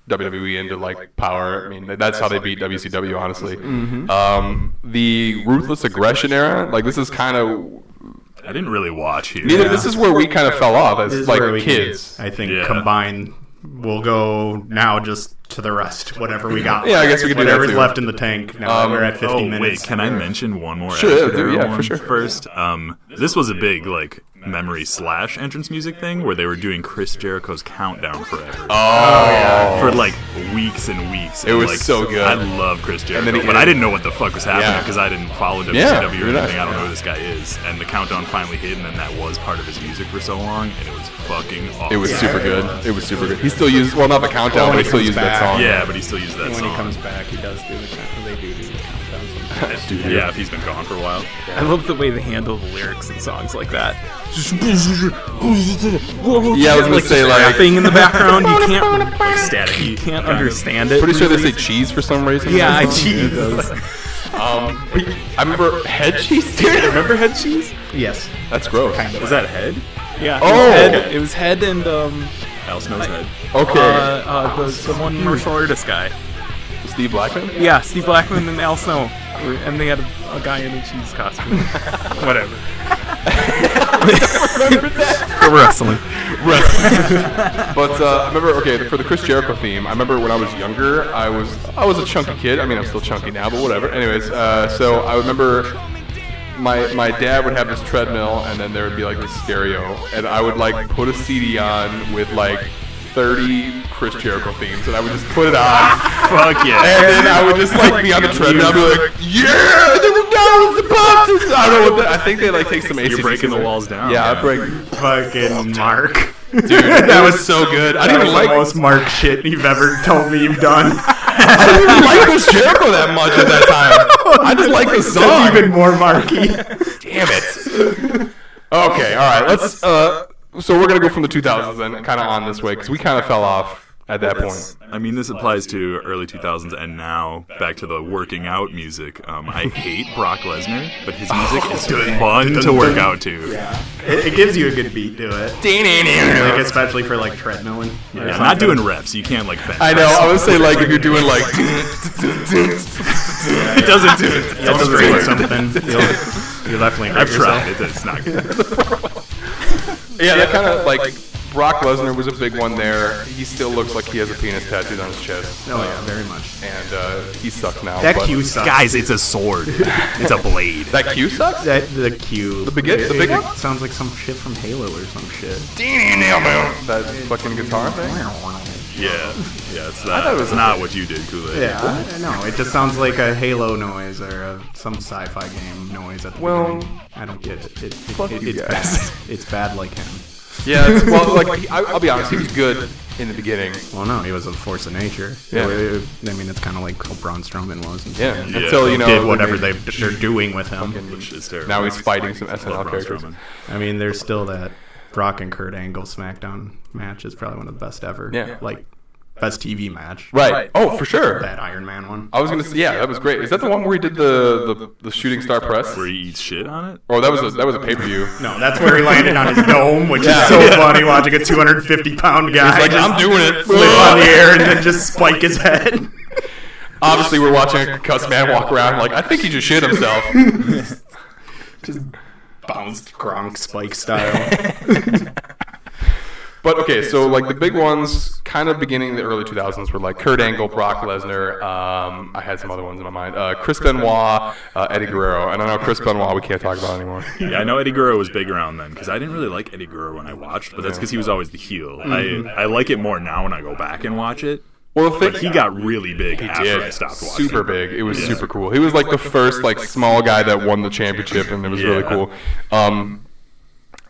WWE into like power. I mean, that- that's how they beat WCW, honestly. Mm-hmm. Um, the Ruthless Aggression Era, like this is kind of I didn't really watch here. neither. This is where we kind of fell off as is like where we- kids. I think Yeah. combined, we'll go now just to the rest, whatever we got. Yeah, I guess we could do that whatever's too. left in the tank. Now Um, that we're at 50 oh minutes. wait, can I mention one more? Sure, yeah, Attitude do- Era yeah, for one sure. First, um, this was a big like memory slash entrance music thing where they were doing Chris Jericho's Countdown Forever. Oh, yeah. for like weeks and weeks. and, was like, so good. I love Chris Jericho, then he- but I didn't know what the fuck was happening Yeah. because I didn't follow WCW Yeah, or you're anything. not- I don't know who this guy is. And the countdown finally hit, and then that was part of his music for so long, and it was fucking awesome. It was super good. It was super good. He still uses well, not the countdown, but he still comes uses that back. song. Yeah, but he still used that When song. he comes back, he does do the count- they do do the countdown. sometimes. yeah, if he's been gone for a while. I love the way they handle the lyrics in songs like that. Yeah, I was gonna say like thing in the background. You can't Like static. you can't understand it. pretty sure they say cheese for some reason. yeah, I Um, but I remember head cheese. Dude, Remember head cheese? Yes. that's gross. Was that head? Yeah. Oh! It was head, it was head and um Al Snow's head. Okay, uh, uh the, the one martial artist guy. Steve Blackman. Yeah, Steve Blackman and Al Snow, were- and they had a, a guy in a cheese costume. Whatever. For wrestling. But uh, I remember, okay, for the Chris Jericho theme, I remember when I was younger, I was I was a chunky kid. I mean, I'm still chunky now, but whatever. Anyways, uh, so I remember my my dad would have this treadmill, and then there would be like this stereo, and I would like put a CD on with like 30 Chris Jericho themes, and I would just put it on. Fuck And yeah. then I would just like be on the treadmill. I'd be like, yeah, they were down with the boxes. I don't know. What the, I think they like take some AC. You're breaking the walls down. Yeah, I break. Fucking Mark. Dude, that was so good. I didn't even That's the like. most Mark shit you've ever told me you've done. I didn't even like Chris Jericho that much at that time. I just like the song. That's even more Marky. Damn it. okay, all right. Let's. Uh, so we're gonna go from the 2000s and kind of on this way because we kind of fell off at that point. I mean, this applies to early 2000s and now back to the working out music. Um, I hate Brock Lesnar, but his music is Oh, fun to work out to. It, it gives you a good beat to it, like especially for like treadmilling. or Yeah, something. not doing reps. You can't like bench. I know. I would say like if you're doing like. It doesn't do it. That Don't doesn't do mean it. something. You'll, you'll definitely hurt I've yourself. tried it. It's not good. yeah, that kind of like. Brock Lesnar was a big one there. He still looks like he has a penis tattooed on his chest, Oh yeah, very much. uh, and uh, he sucks now. That but- Q sucks. Guys, it's a sword. It's a blade. That Q sucks. That the Q. The big- the big it, one? sounds like some shit from Halo or some shit. That fucking guitar thing. Yeah, yeah. It's thought not. it was It's not what you did, Kool Aid. Yeah, I- no, it just sounds like a Halo noise or a, some sci-fi game noise at the Well, beginning. I don't get it. It, it, it- you it's guys. bad. It's bad like him. Yeah. It's, well, like he- I, I'll be honest, he was good in the beginning. Well, no, he was a force of nature. Yeah. It- it- I mean, it's kind of like how Braun Strowman was. And Yeah. Yeah, until you they know did whatever made- they, they're doing with him. Which is terrible. Now he's fighting some I love SNL Braun characters. Strowman. I mean, there's still that Brock and Kurt Angle SmackDown match is probably one of the best ever. Yeah. Like, best TV match. Right. Oh, for sure. That Iron Man one. I was gonna say, yeah, that was great. Is that the one where he did the the, the shooting star press? Where he eats shit on it. Oh, that was a that was a pay per view. No, that's where he landed on his dome, which Yeah. is so funny watching a 250 pound guy. Like just I'm doing flip on the it. air and then just spike his head. Obviously, we're watching a cuss man walk around. Like I think he just shit himself. Bounced Gronk spike style. But okay, so like the big ones, kind of beginning the early 2000s, were like Kurt Angle, Brock Lesnar. Um, I had some other ones in my mind. Uh, Chris Benoit, uh, Eddie Guerrero, and I know Chris Benoit we can't talk about anymore. Yeah, I know Eddie Guerrero was big around then because I didn't really like Eddie Guerrero when I watched, but that's because he was always the heel. I I like it more now when I go back and watch it. Well, the But thing he got really big after did. I stopped watching. super big. It was super cool. He was like the first like small guy that won the championship, and it was really Yeah. cool. Um,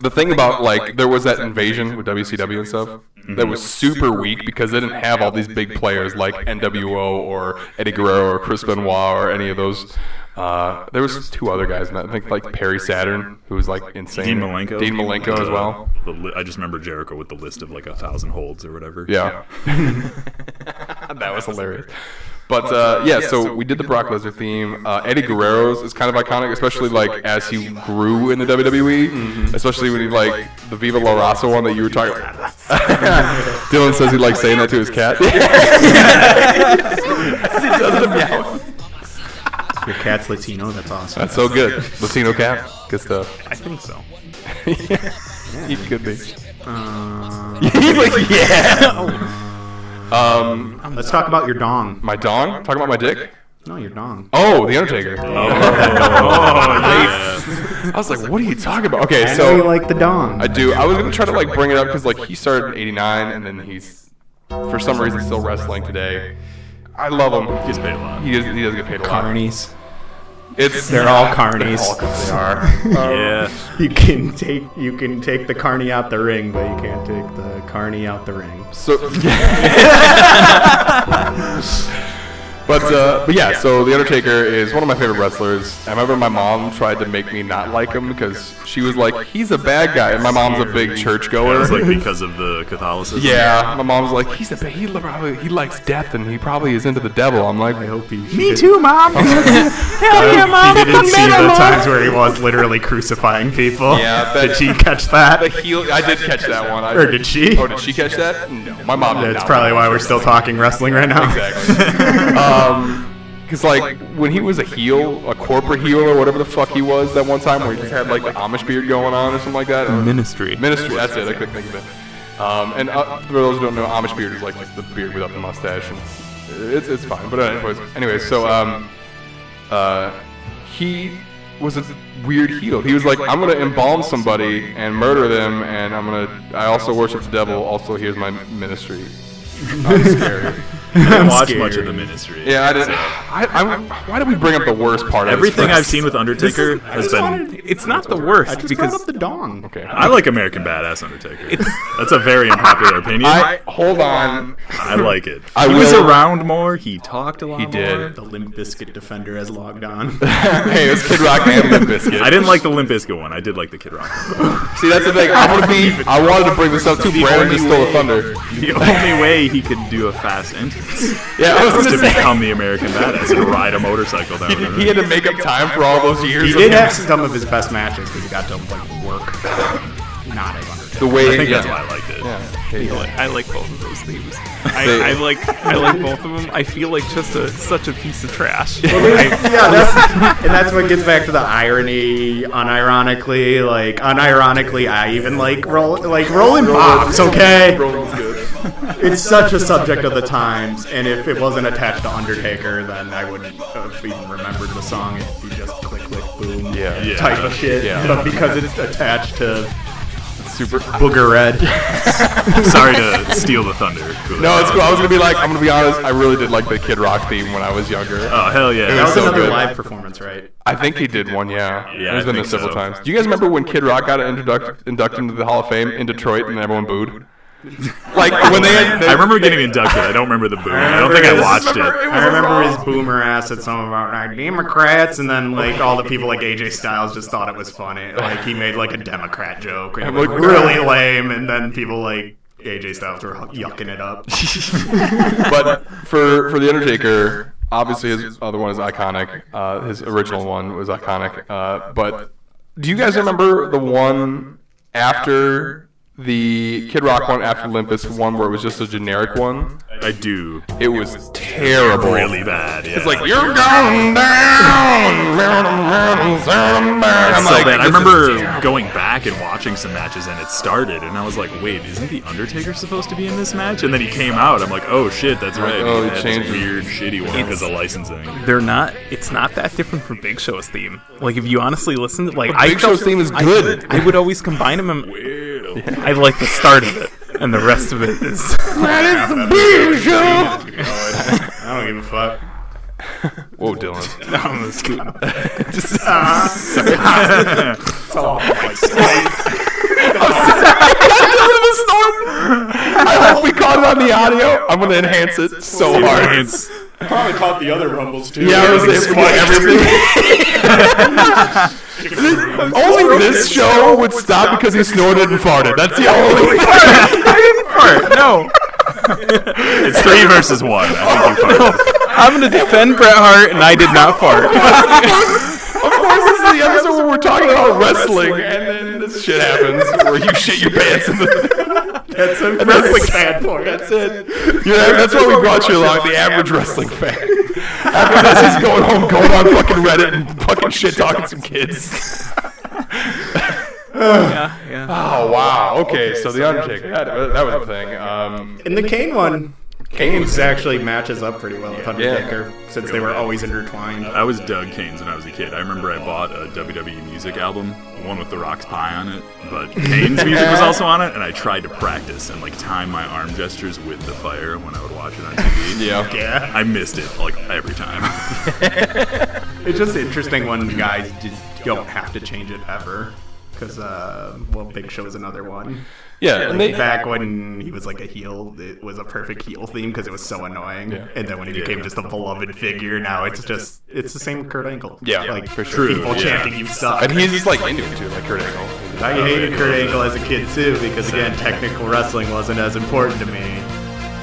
the thing about like there was that invasion with WCW and stuff Mm-hmm. that was super weak because they didn't have all these big players like NWO or Eddie Guerrero or Chris Benoit or any of those. Uh, there was two other guys, and I think like Perry Saturn, who was like insane. Dean Malenko. Dean Malenko as well. The li- I just remember Jericho with the list of like a thousand holds or whatever. Yeah. that was hilarious. But uh, yeah, so we did the Brock Lesnar theme. Uh, Eddie Guerrero's is kind of iconic, especially like as he grew in the WWE, especially when he like the Viva La Raza one that you were talking. about. Dylan says he likes saying that to his cat. Your cat's Latino. That's awesome. That's so good. Latino cat, good stuff. I think so. He could be. Uh, He's like, yeah. Um, Let's talk about your dong. my dong. Talking about my dick. No, your dong. Oh, the Undertaker. Oh, Oh, yeah. I was like, what are you talking about? Okay, I know so you like the dong. I do. I was gonna try to like bring it up because like he started in '89 and then he's for some reason still wrestling today. I love him. He's paid a lot. He doesn't, he doesn't get paid a lot. Carnies. It's They're all carnies. carnies. They are. Yeah. you can take you can take the carny out the ring, but you can't take the carny out the ring. So, but uh, but yeah. So the Undertaker is one of my favorite wrestlers. I remember my mom tried to make me not like him because she was like, he's a bad guy, and my mom's a big It church was goer. like because of the Catholicism. Yeah, my mom's like, he's a ba- he, probably, he likes death and he probably is into the devil. I'm like, I hope you. Me too, mom. Hell yeah, mom. He didn't Fuck see me, the mom. times where he was literally crucifying people. Yeah, I bet- did she catch that? The heel. I did catch that one. I, Or did she? Oh, did she catch that? No, my mom. did That's not. probably why we're still talking wrestling right now. Uh, Exactly. Because Um, like when he was a heel, a corporate heel or whatever the fuck he was that one time, where he just had like the Amish beard going on or something like that. Or- Ministry. Ministry. That's it. I couldn't think of it. Um, and uh, for those who don't know, Amish beard is like just the beard without the mustache, and it's it's fine. But anyways, anyways, so um, uh, he was a weird heel. He was like, I'm gonna embalm somebody and murder them, and I'm gonna. I also worship the devil. Also, here's my ministry. I'm scary. I didn't watch much of the ministry. Yeah, I didn't. I, I, why did we bring up the worst part? of this Everything first? I've seen with Undertaker has been. It's not the worst because the dong. Okay. I like American Badass Undertaker. That's a very unpopular opinion. I, I, hold on. like it. I he was will- around more. He talked a lot. He more. did. The Limp Biscuit defender has logged on. hey, it's Kid Rock and Limp Bizkit. I didn't like the Limp Bizkit one. I did like the Kid Rock. one. See, that's the thing. I want to be. I wanted to bring this up too. Brandon just stole the thunder. The only way he could do a fast entrance Yeah, I was was gonna to say. become the American Badass and ride a motorcycle down. the road. He had to make up time for all those years. He of did have some of his best matches because he got to like work, not as Undertaker. the way. I think yeah. that's why I liked it. I like both of those themes. They- I, I like I like both of them. I feel like just a such a piece of trash. I, yeah, that's, and that's what gets back to the irony. Unironically, like unironically, I even like roll like rolling pops. Okay, it's such a subject of the times, and if it wasn't attached to Undertaker, then I wouldn't have even remembered the song. It'd be just click click boom Yeah. Yeah. type of shit. Yeah. But because it's attached to Super. Booger Red, Sorry to steal the thunder. No, it's cool. I was gonna be like, I'm gonna be honest. I really did like the Kid Rock theme when I was younger. Oh hell yeah! that was so another good. live performance, right? I think he did one. Yeah, Yeah, he's I been there think several so. times. Do you guys remember when Kid Rock got introduct- inducted into the Hall of Fame in Detroit and everyone booed? Like when they. they I remember getting inducted. I don't remember the boo. I don't think I watched it. I remember his boomer ass at some of our Democrats, and then like all the people like AJ Styles just thought it was funny. Like he made like a Democrat joke, and it I'm was like, really lame, and then people like AJ Styles were yucking it up. but for for the Undertaker, obviously his other one is iconic. Uh, his original one was iconic. Uh, but do you guys remember the one after the Kid Rock one after Olympus one where it was just a generic one? I do. It was terrible. Really bad. Yeah. It's Like you're going down. I'm so like, bad. I this is remember going back and watching some matches, and it started, and I was like, "Wait, isn't the Undertaker supposed to be in this match?" And then he came out. I'm like, "Oh shit, that's right." oh, he it had this changed. weird, shitty one because of licensing. they're not. It's not that different from Big Show's theme. Like if you honestly listen, to, like I Big Show's felt- theme is I- good. I, would always combine them. And, Ew. I like the start of it, and the rest of it is. I don't give a fuck. Whoa, Dylan. I'm just kidding. I hope we caught it on the audio. I'm gonna enhance it so hard. It's- Probably caught the other rumbles too. Yeah, I was It's able to get everything. only this show would stop because he snorted and farted. That's the only no, it's three versus one. I think you fucked up. I'm gonna defend Bret Hart, and I did not fart. Of course, this is the episode where we're talking about wrestling, and then this shit happens where you shit your pants. In the, That's a wrestling fan for it. that's it. You know, that's why we brought you along, the average wrestling fan. After this, he's going home, going on fucking Reddit and fucking shit talking some kids. yeah, yeah. Oh wow. Okay, so the Undertaker. That, uh, that was the thing. Um, In the Kane one, Kane's actually matches up pretty well with Undertaker since they were always intertwined. I was Doug Keynes when I was a kid. I remember I bought a WWE music album, the one with The Rock's pie on it, but Kane's music was also on it, and I tried to practice and like time my arm gestures with the fire when I would watch it on TV. yeah. Yeah. I missed it like every time. It's just interesting when guys just don't have to change it ever. Because, uh, well, Big Show's another one. Yeah. And they, Back when he was like a heel, it was a perfect heel theme because it was so annoying. And then when he became just a beloved figure, now it's just, it's the same with Kurt Angle. Yeah, Like, for sure. people Yeah. chanting, you suck. and he's just like into it too, like Kurt Angle. I hated Kurt Angle as a kid too because, again, technical wrestling wasn't as important to me.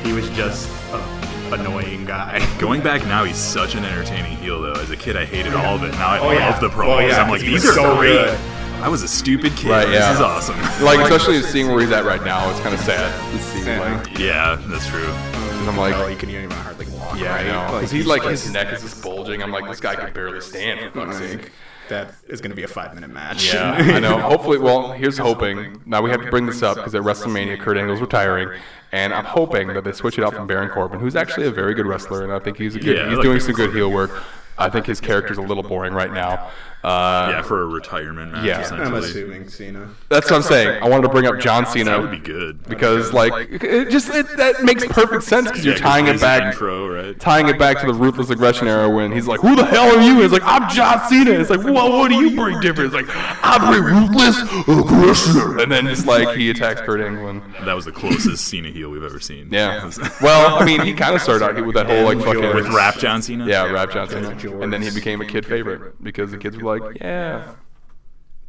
He was just an annoying guy. Going back now, he's such an entertaining heel though. As a kid, I hated all of it. Now I Oh, love yeah. the promos. Oh, yeah, I'm like, he was these are so great. good. I was a stupid kid. Right, yeah. This is awesome. Like, especially seeing where he's at right now, it's kind of sad. It seems like, yeah, that's true. and I'm like, Oh, you can even hardly walk. yeah, right? I know. Like, Because he's like, his neck is just bulging. I'm like, this guy can barely stand. For fuck's sake. that is going to be a five minute match. Yeah, I know. Hopefully, well, here's hoping. Now we have to bring this up because at WrestleMania, Kurt Angle's retiring, and I'm hoping that they switch it out from Baron Corbin, who's actually a very good wrestler, and I think he's a good. Yeah, he's like, doing he some good heel work. I think his character's a little boring right now. Uh, yeah, for a retirement match. Yeah. I'm essentially. I'm assuming Cena. that's what I'm saying. I wanted to bring up John that would be Cena good because, like, it- it just it, that makes perfect sense because you're Yeah, 'cause tying it he's an back Intro, right? tying it back to the ruthless aggression era when he's like, "Who the hell are you?" He's like, "I'm John Cena." It's like, "Well, what do you bring different?" It's like, "I bring ruthless aggression," and then it's like he attacks Kurt England. That was the closest Cena heel we've ever seen. Yeah. Well, I mean, he kind of started out with that whole like fucking With Rap John Cena? Yeah, Rap Johnson, and then he became a kid favorite because the kids were like, "Yeah."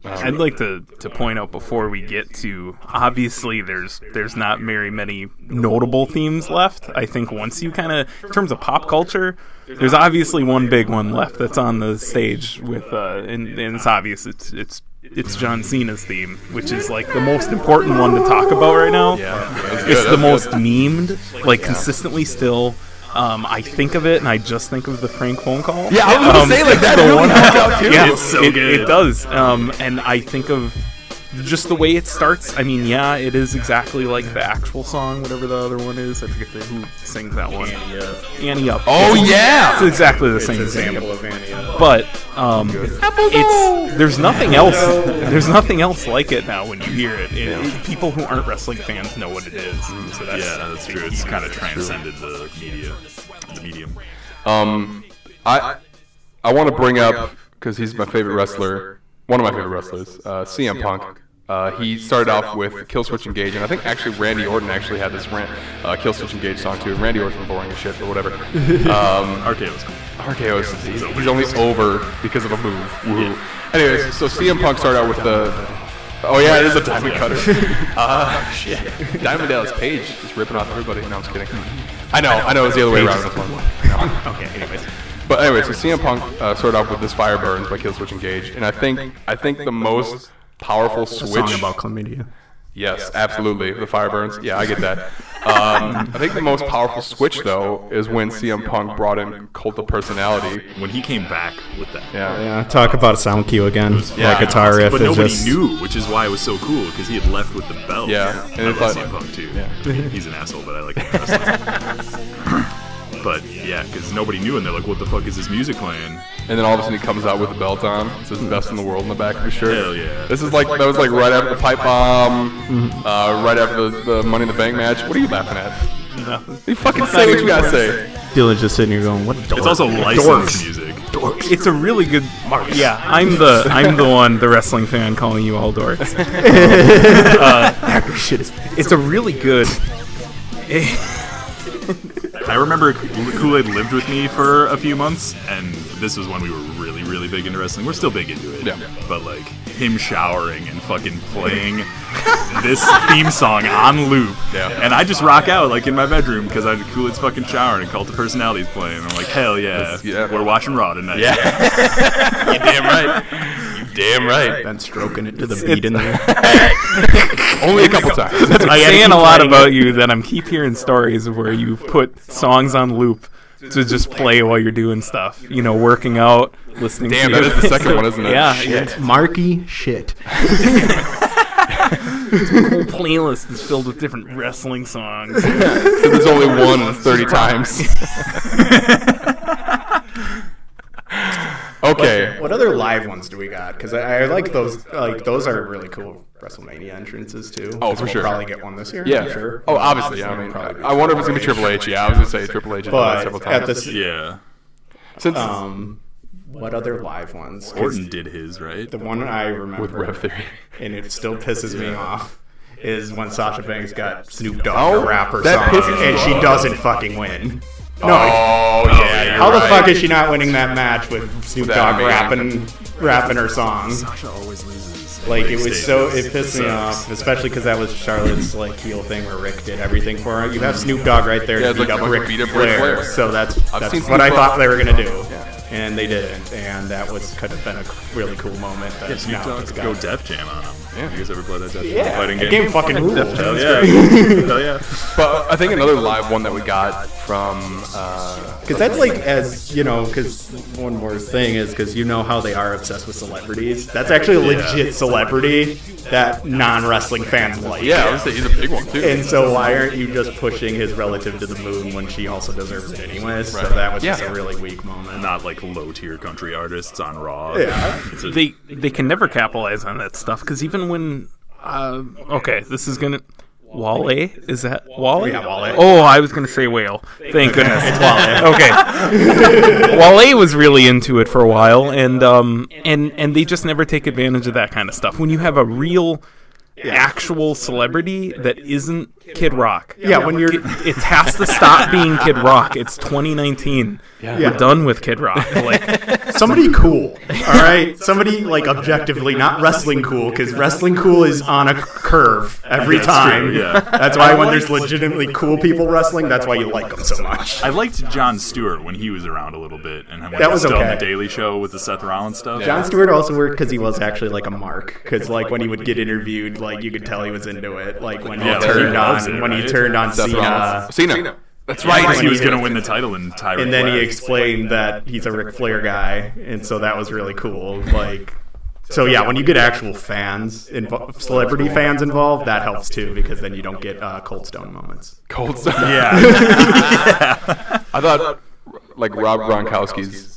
I'd like to, to point out before we get to obviously there's there's not very many notable themes left. I think once you kind of in terms of pop culture, there's obviously one big one left that's on the stage with uh, and, and it's obvious it's it's it's John Cena's theme, which is like the most important one to talk about right now. That's good, It's the that's most good. memed, like consistently still. Um, I think of it and I just think of the Frank phone call. Yeah, I was gonna Um, say like that the really one- worked out too. yeah, It's so it, good. it does. Um, and I think of just the way it starts. I mean, yeah, it is exactly like the actual song, whatever the other one is. I forget the, who sings that one. Annie Up. Oh, It's- yeah! it's exactly the same example. Example of Annie. But um, it's there's nothing else. There's nothing else like it now when you hear it. It- it- people who aren't wrestling fans know what it is. Mm. So that's Yeah, that's true. It's kind of transcended the media, the medium. Um, I I want to bring up because he's my favorite wrestler, one of my favorite wrestlers, uh, CM Punk. Uh, he started off with Kill Switch Engage, and I think actually Randy Orton actually had this rant, uh, Kill Switch Engage song too. Randy Orton boring as shit, but whatever. Um, RKO was cool. RKO is he's, he's only over because of a move. Woohoo. Anyways, so CM Punk started out with the. Oh yeah, it is a diamond cutter. Uh, shit. Diamond Dallas Page is ripping off everybody. No, I'm just kidding. I know, I know, it was the other way around. okay. Anyways, But anyway, so CM Punk uh, started off with this Fire Burns by Killswitch Engage, and I think I think the most powerful switch. Song about chlamydia. Yes, absolutely, the Fire Burns. Yeah, I get that. Um, I think the most powerful switch though is when CM Punk brought in Cult of Personality. When he came back with that. Yeah, Yeah, talk about a sound cue again. Yeah. that guitar riff But is nobody just knew, which is why it was so cool, because he had left with the belt. Yeah, and I it's love like- CM Punk too. He's an asshole, but I like him. wrestling. but yeah, because nobody knew, and they're like, "What the fuck is this music playing?" and then all of a sudden he comes out with the belt on. It says "Best in the World" in the back of his shirt. Hell yeah. This is like that was like right after the pipe bomb, uh, right after the, the Money in the Bank match. What are you laughing at? You fucking say what you gotta say. Dylan just sitting here going, "What a dork." It's also licensed music. it's a really good. Yeah, I'm the I'm the one, the wrestling fan, calling you all dorks. Uh, shit is It's a really good. I remember Kool Aid lived with me for a few months, and this was when we were really, really big into wrestling. We're still big into it, Yeah. but like him showering and fucking playing this theme song on loop, Yeah. and I just rock out like in my bedroom because I Kool Aid's fucking showering and Cult of Personality's playing. I'm like, hell yeah, yeah. we're watching Raw tonight. You damn right. You damn right. Ben stroking it to the beat in there. Only a couple times. I'm saying a lot about you that I'm keep hearing stories of where you put songs on loop to just play while you're doing stuff. You know, working out, listening. Damn, to that is the second one, isn't it? Yeah, Marky shit. your playlist is filled with different wrestling songs. So there's only one 30 times. okay. What other live ones do we got? Because I, I like those. Like those are really cool WrestleMania entrances too. Oh, for We'll sure. Probably get one this year. Yeah. I'm sure. Oh, obviously. yeah, I mean, Probably. I wonder if it's gonna be Triple H. Yeah, I was gonna say Triple H. has done that several But at times. this, Yeah, Since um, what other live ones? 'Cause Orton did his right. The one I remember with Rev Theory. and it still pisses me off is when Sasha Banks got Snoop Dogg Oh, to rap her that song, pisses me and she off. doesn't fucking win. No. Oh yeah. you're How the right. fuck is she not winning that match with Snoop Without Dogg me. rapping rapping her song? Sasha always loses. Like it was so it pissed Sucks. me off, especially because that was Charlotte's like heel thing where Rick did everything for her. You have Snoop Dogg right there Yeah, to it's beat like up Rick beat up Ric Flair, Flair. so that's that's seen what I Snoop thought Dogg- they were gonna do, and they didn't, and that was could have been a really cool moment. That Snoop now Dogg it's go gone. Def Jam on him. Yeah. You guys ever play that Def Jam Yeah, fighting that game? game fucking rules. Hell yeah! Hell yeah! But I think another live one that we got from. Uh, Because that's like as you know, because one more thing is because you know how they are obsessed with celebrities. That's actually a legit celebrity that non-wrestling fans like. yeah, I would say he's a big one too. And so why aren't you just pushing his relative to the moon when she also deserves it anyway? So Right. that was just Yeah. a really weak moment. Not like like low tier country artists on Raw. Yeah. It's a- they they can never capitalize on that stuff because even when uh, okay, this is gonna Wale is that Wale? Yeah, Wale. Oh, I was gonna say whale. Thank goodness, it's Wale. Okay, Wale was really into it for a while, and um and and they just never take advantage of that kind of stuff. When you have a real actual celebrity that isn't Kid Rock, Yeah, when you're it, it has to stop being Kid Rock. It's 2019. Yeah. We're done with Kid Rock. Like. somebody cool, all right, somebody like objectively not wrestling cool because wrestling cool is on a curve every That's time. true, yeah. that's why when there's legitimately cool people wrestling, that's why you like them so much. I liked John Stewart when he was around a little bit, and when That he was was still on okay. the Daily Show with the Seth Rollins stuff. John Stewart also worked because he was actually like a mark. Because like when he would get interviewed, like you could tell he was into it. Like when he Yeah, turned he loves on it, when he right? turned on Seth Cena, Rollins. Cena. That's Right, right. he was going to win the title, and Tyra and then he left. explained that he's a Ric Flair guy, and so that was really cool. Like, so yeah, when you get actual fans, invo- celebrity fans involved, that helps too because then you don't get uh, cold stone moments. Cold Stone. yeah, I thought like Rob Gronkowski's.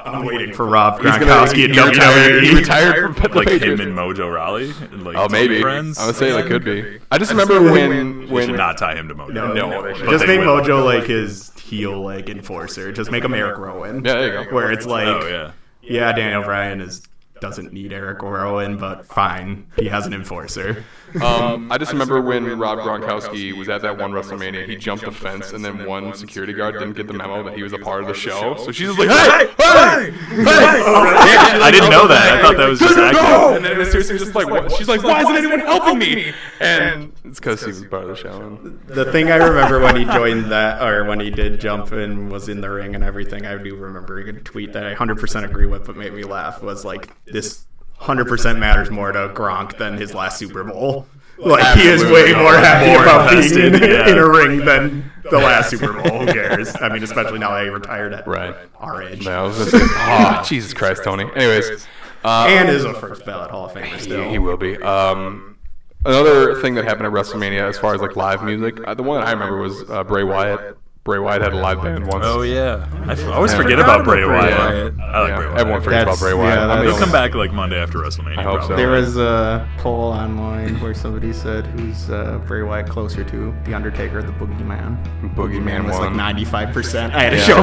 I'm waiting for Rob gonna- Gronkowski he's and gonna retire- he WWE. retired from the like him Patriots. and Mojo Raleigh. and, Like, Oh, maybe. I Friends. would say that could be. I just remember when We should when not tie him to Mojo. No, No, they should. but just they make will. Mojo like his heel like enforcer. Just make him Eric Rowan. Yeah, there you go. Where it's like, Oh yeah. yeah, Daniel Bryan is doesn't need Eric Rowan, but fine, he has an enforcer. Uh, Um, I just remember when Rob Gronkowski was at that one WrestleMania, he jumped the fence, and then one security guard didn't get the memo that he was a part of the show. So she's just like, "Hey, hey, hey!" I didn't know that. I thought that was just No! acting. And then it was seriously just like, what? she's like, "Why isn't anyone helping me?" And it's because he was part of the show. and- The thing I remember when he joined that, or when he did jump and was in the ring and everything, I do remember a tweet that I 100% agree with, but made me laugh was like, this 100% matters more to Gronk than his last Super Bowl. Like, he is way Absolutely. more happy More about being in, invested, yeah. in a ring than the last Super Bowl. Who cares? I mean, especially now that he retired at Right. our age. No, I was just like, "Oh, Jesus Christ, Tony." Anyways, uh, And is a first ballot Hall of Famer still. He, he will be. Um, another thing that happened at WrestleMania, as far as like live music, uh, the one that I remember was uh, Bray Wyatt. Bray Wyatt had a live band once. Oh yeah, I f- I always Yeah. forget Forgot about Bray about Bray Wyatt. Wyatt. I like Yeah, Bray Wyatt. Everyone forgets about That's- Bray Wyatt. I'm yeah, the that's- He'll only come back like Monday after WrestleMania. I hope probably. so. Oh. There was a poll online where somebody said who's uh, Bray Wyatt closer to, The Undertaker or The Boogeyman. Boogeyman Boogeyman was like won. 95%. I had to Yeah. show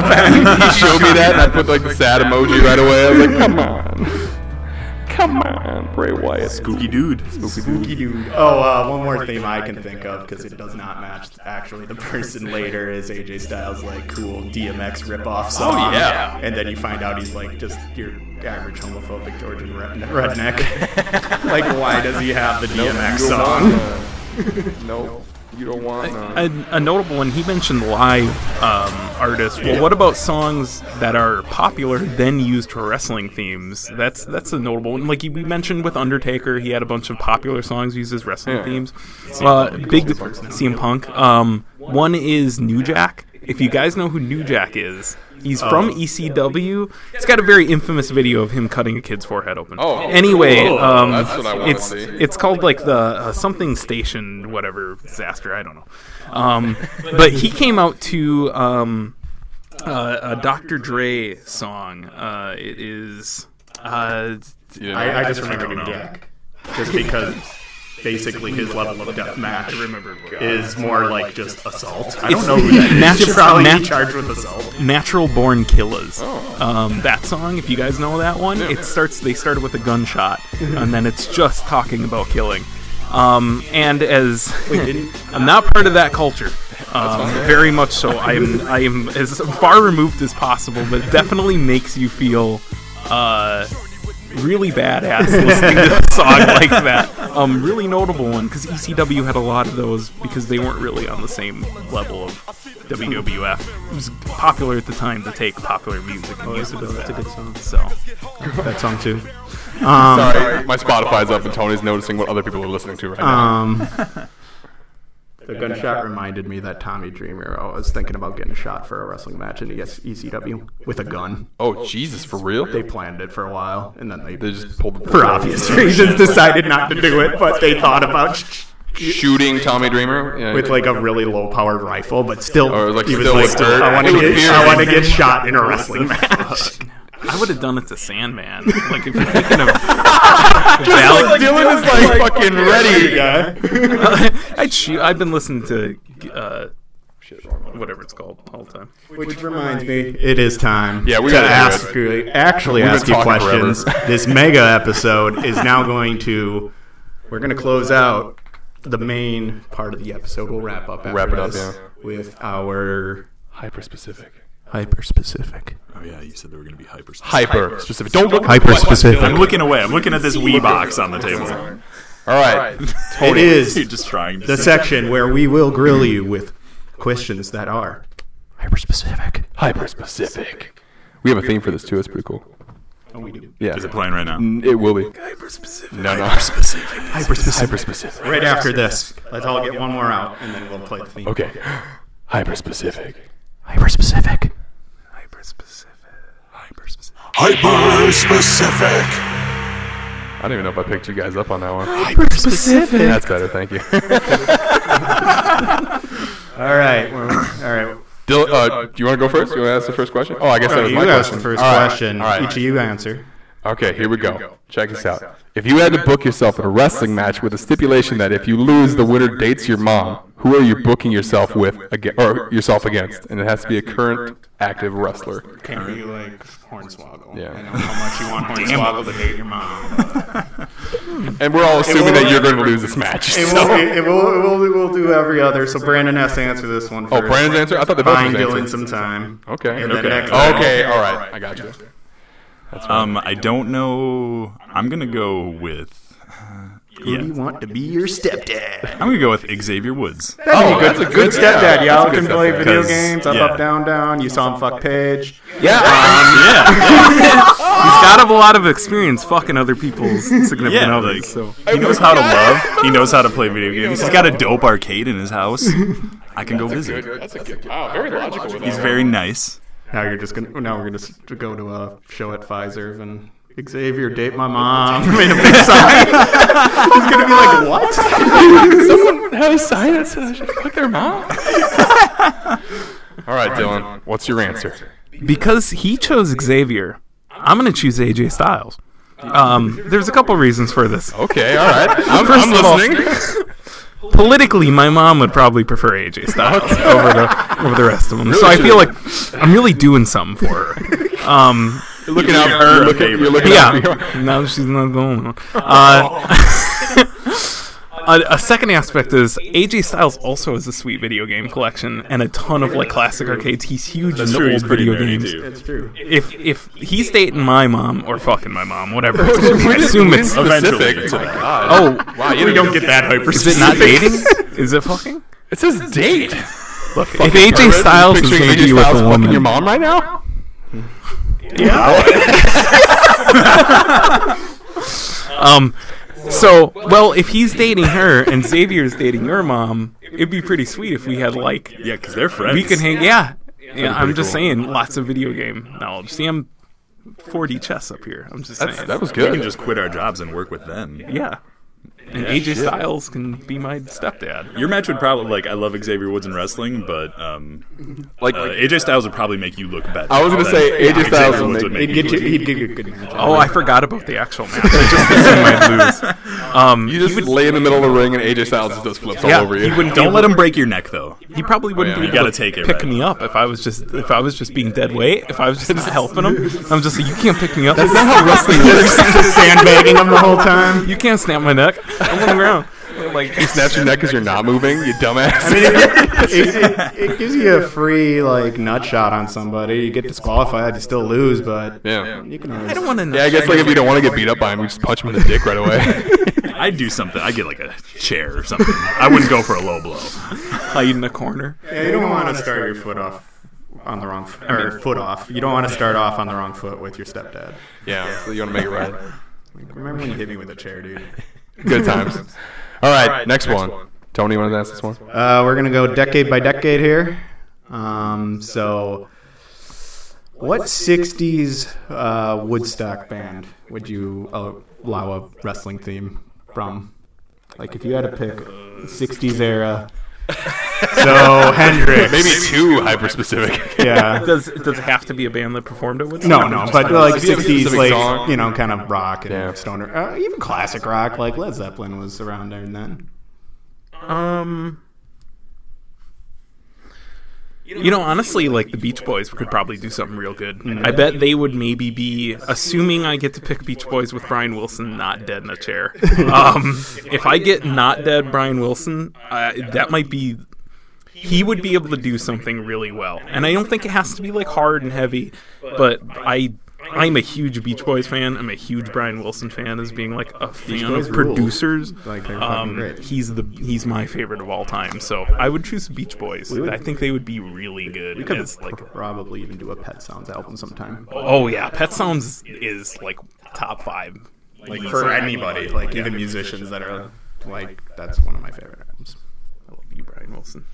back. he showed me that, and I put like the sad emoji right away. I was like, "Come on, come on, Bray Wyatt." Spooky dude. Oh, uh, one more theme I can think of because it does not match actually the person later is AJ Styles like cool DMX ripoff song. Oh, yeah. and then you find out he's like just your average homophobic Georgian redne- redneck. like, why does he have the DMX song? No, you don't want. a, a notable one. He mentioned live um, artists. Well, what about songs that are popular then used for wrestling themes? That's that's a notable one. Like we mentioned with Undertaker, he had a bunch of popular songs used as wrestling Yeah. themes. Uh, big CM Punk. Um, one is New Jack. If you guys know who New Jack is, he's from Oh. E ECW. It's got a very infamous video of him cutting a kid's forehead open. Oh. anyway, Oh, um, that's what I wanna it's see. it's called like the uh, something station whatever disaster i don't know um, but he came out to um, uh, a dr dre song uh, it is uh, I, I just remember don't New know. Jack just because basically his level of death match is more like just assault. I don't It's- know. Who that is. Match- He should probably match- be charged with assault. natural born killers um, that song if you guys know that one it starts they started with a gunshot and then it's just talking about killing um, and as i'm not part of that culture um, very much so i am i am as far removed as possible but definitely makes you feel uh, really badass listening to a song like that. Um, really notable one because ECW had a lot of those because they weren't really on the same level of WWF. It was popular at the time to take popular music and use it as that. So That song too. Um, Sorry, my Spotify's up, and Tony's noticing what other people are listening to right now. Um, the gunshot reminded me that Tommy Dreamer oh, was thinking about getting shot for a wrestling match in E ES ECW with a gun. Oh Jesus, for real? They planned it for a while, and then they, They just pulled the for obvious reasons, decided not to do it. But they thought about shooting Tommy Dreamer Yeah. with like a really low-powered rifle, but still, Or, like, he was still like, with dirt. I want It to was get, beer. I want to get shot in a wrestling match. I would have done it to Sandman. Like if you're thinking of Dylan, Val- is like, fucking ready. I'd shoot. I've been listening to uh, whatever it's called all the time. Which reminds me, it is time Yeah, we to gotta do ask, it. really- actually We've been ask you talking questions. forever. this mega episode is now going to. We're going to close out the main part of the episode. We'll wrap up. After Wrap it up, this yeah. With our Hyper specific. hyper specific. Oh yeah, you said they were going to be hyper. Hyper specific. Don't look. Hyper specific. I'm looking away. I'm looking at this Wii box on the table. All right. It You're is just trying to. the section where we will grill you with questions that are hyper specific. Hyper specific. We have a theme for this too. It's pretty cool. Yeah. Is it playing right now? It will be. Hyper specific. No, no. Hyper specific. Hyper specific. Right after this, let's all get one more out, and then we'll play the theme. Okay. Hyper specific. Hyper specific. Hyper specific. I don't even know if I picked you guys up on that one. Specific. That's better. Thank you. All right. well, all right. Dylan, uh, do you want to go first? You want to ask the first question? Oh, I guess that was you my asked question. the first All right, question. all right. Each of you answer. Okay, here we go. Check this out. If you had to book yourself in a wrestling match with a stipulation that if you lose, the winner dates your mom, who are you booking yourself with again, or yourself against? And it has to be a current active wrestler. Can be like Hornswoggle. Yeah. I know how much you want Hornswoggle to date your mom. And we're all assuming that you're going to lose this match. It so- will, it will, it will, it will do every other. So Brandon has to answer this one Oh, first. Brandon's answer? I thought they both Buying was Dylan answered. some time. Okay. And then Okay. next time. Okay. All right. I got you. Um, I don't know. I'm going to go with. Who do you want to be your stepdad? I'm going to go with Xavier Woods. Oh, that's a Good stepdad. yeah, Y'all that's a can good play stepdad. video Because- games. Up, yeah. up, down, down. You saw him fuck Paige. Yeah. Yeah, He's got a lot of experience fucking other people's significant Yeah, others. like- so he knows how to love. He knows how to play video games. He's got a dope arcade in his house. I can go visit. That's a good. Wow. Very logical with He's very nice. Now you're just gonna. Now we're gonna s- go to a show at Pfizer and Xavier date my mom. Made a big sign. He's gonna be like, what? Someone had a sign that said I should fuck their mom. All right, Dylan. What's your answer? because he chose Xavier, I'm gonna choose AJ Styles. Um, there's a couple reasons for this. Okay. All right. I'm, First I'm of all- listening. Politically, my mom would probably prefer AJ Styles over the over the rest of them. so I should. feel like I'm really doing something for her. Um, looking out You're for her looking- favorite. You're looking out for yeah. now she's not the only one. Uh, a, a second aspect is AJ Styles also has a sweet video game collection and a ton of like classic arcades. He's huge into Sure, old he's pretty video nerdy, games. too. It's true. If if he's dating my mom or fucking my mom, whatever, I assume it's Eventually, specific. it's Oh, my like- God. oh. wow. You don't get that. hyper. Is it not dating? Is it fucking? It says date. If AJ Styles is Picturing going to AJ be with Styles a fucking woman, your mom right now. Um, so, well, if he's dating her and Xavier's dating your mom, it'd be pretty sweet if we had like Yeah, because they're friends. we can hang. Yeah, yeah. I'm just saying, lots of video game knowledge. See, I'm 4D chess up here. I'm just That's, saying. that was We can good. just quit our jobs and work with them. yeah. And AJ Styles can be my stepdad. Your match would probably like I love Xavier Woods in wrestling, but um, Like. uh, AJ Styles would probably make you look better. I was gonna than say, AJ Styles Xavier would Woods make- He'd you get you. He'd give you a good match. Oh, I forgot about the actual match. I just assumed I'd lose. Um, you just lay in the middle of the ring and AJ Styles just does flips yeah, all over you. he wouldn't. Don't let him break your neck though. He probably wouldn't yeah. be You able gotta to take it, pick right? me up if I was just if I was just being dead weight. If I was just not helping him, I'm just like you can't pick me up. That's not how wrestling works. Just sandbagging him the whole time. You can't snap my neck. I'm on the ground. Like You snap your neck because you're not moving, you dumbass. Oh, It, it, it gives you a free like nut shot on somebody. You get disqualified. You still lose, but yeah. you can always. I don't want to. Yeah, I guess like if you don't want to get beat up by him, you just punch him in the dick right away. I'd do something. I'd get like a chair or something. I wouldn't go for a low blow. hide in the corner. Yeah, you don't want to start your foot off. On the wrong, f- or foot off. You don't want to start off on the wrong foot with your stepdad. yeah, so you want to make it right. Remember when you hit me with a chair, dude? Good times. All right, next, one. Tony, you want to ask this one? Uh, we're gonna go decade by decade here. Um, so, what '60s uh, Woodstock band would you uh, allow a wrestling theme from? Like, if you had to pick '60s era So Hendrix. Maybe too hyper specific. Yeah. Does does it have to be a band that performed it with? them? No, no, but like specific sixties, like song. you know, kind of rock and Yeah. stoner, uh, even classic rock. Like Led Zeppelin was around there then. Um. You know, honestly, like the Beach Boys could probably do something real good. I bet they would maybe be, assuming I get to pick Beach Boys with Brian Wilson not dead in a chair. Um, if I get not dead Brian Wilson, uh, that might be. He would be able to do something really well, and I don't think it has to be like hard and heavy. But I, I'm a huge Beach Boys fan. I'm a huge Brian Wilson fan. As being like a fan Boys of rule. producers, Like they're fucking um, great. he's the he's my favorite of all time. So I would choose Beach Boys. I think they would be really good. Could as, like, probably even do a Pet Sounds album sometime. oh yeah, Pet Sounds is like top five. Like for anybody, like even musicians that are like that's one of my favorite albums. I love you, Brian Wilson.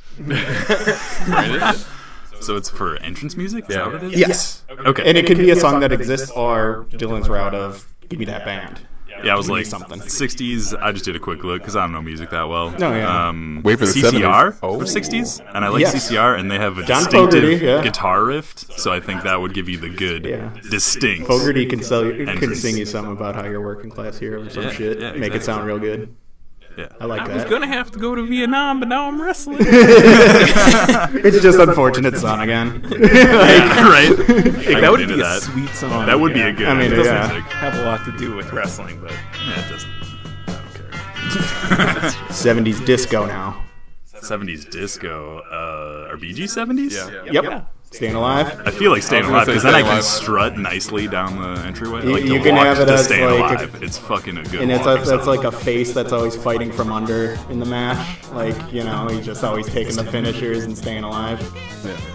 So it's for entrance music? Is Yeah. that what it is? Yes, Okay. and it could be a song that exists or Dylan's route of give me that band. yeah, I was like something. 60s. I just did a quick look because I don't know music that well. No, yeah. Um, Wait for the CCR 70s. Oh. for 60s, and I like Yes. CCR, and they have a John distinctive Fogerty, yeah. guitar riff. So I think that would give you the good, Yeah. distinct. Fogerty can sell you, can Entrance. sing you something about how you're working class hero or some Yeah, shit. yeah, Make it exactly. sound real good. Yeah. I like I was that. gonna have to go to Vietnam, but now I'm wrestling. It's just unfortunate son again. Yeah, right. I that can would get be into a that. sweet song. That would be a good. I mean, entrance yeah. music. have a lot to do with wrestling, but Yeah, it doesn't. I Seventies disco now. don't care. 70s disco. Uh, are BG 70s? Yeah. Yep. Staying alive. I feel like staying alive say because then I Staying can Alive. strut nicely down the entryway. You- like the you can walk have it to as, staying like, a- alive. It's fucking a good. And it's walk a, that's like a face that's always fighting from under in the match. Like you know, he's just always taking the finishers and staying alive.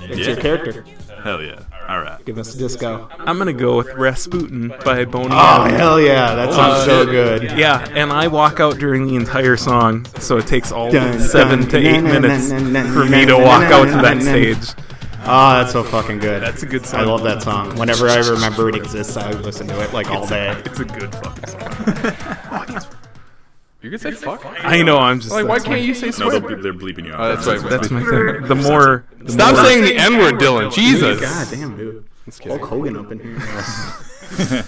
It's your Yeah. character. Hell yeah! All right. Give us disco. I'm gonna go with Rasputin by Boney. Oh hell yeah, that sounds so good. Yeah, and I walk out during the entire song, so it takes all Dun, seven dun, to na, eight na, minutes na, na, for me na, to na, walk na, out na, to that na, na. stage. Oh, that's so fucking good. That's a good song. I love that song. Whenever I remember it exists, I listen to it like all day. It's a good fucking song. You could say fuck. I know. I'm just Like, why that's can't my, you say No, swear? they'll, be- they're bleeping you out. Oh, that's right. that's my thing. The more, the Stop more- saying the N word, Dylan. Jesus. God damn, dude. kidding. Hulk Hogan up in here.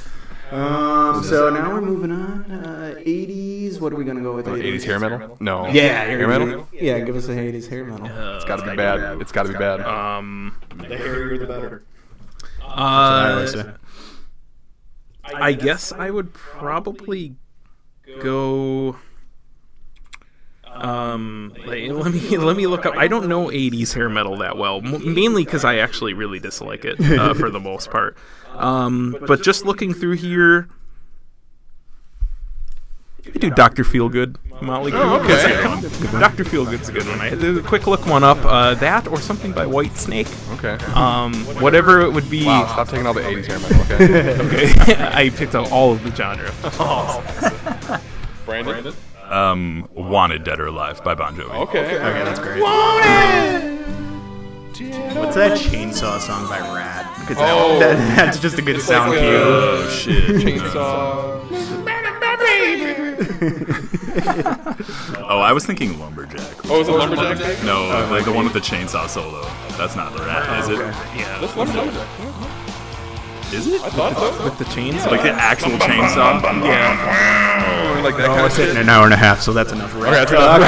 um, so now we're moving on. Uh, 80s. What are we going to go with? 80s hair metal? No. Yeah, Hair metal? Yeah, give us a 80s hair metal. It's gotta be bad. It's gotta be bad. Um, the hairier the better. I uh, always say. I guess I would probably go. Um, like, let me let me look up. I don't know '80s hair metal that well, m- mainly because I actually really dislike it uh, for the most part. Um, but just looking through here, I do Doctor Feelgood, Molly. Oh, Okay. Doctor Feelgood's a good one. I did a quick look one up. Uh, that or something by White Snake. Okay. Um, whatever it would be. Wow, stop taking all the 80s hair metal. Okay. Okay, I picked up all of the genre. Brandon? Um, Wanted Dead or Alive by Bon Jovi. Okay. Okay, that's great. What's that chainsaw song by Rad? 'Cause that- Oh. uh, that- that's just a good sound like, cue. Oh shit. Oh, I was thinking Lumberjack. Oh, is it Lumberjack? No, like the one with the chainsaw solo. That's not the rat, Oh, is it? That's Lumberjack. Is it? I thought so. The chains. Like the actual chainsaw? Yeah. Like that kind of shit. In an hour and a half, so that's enough Rad. That's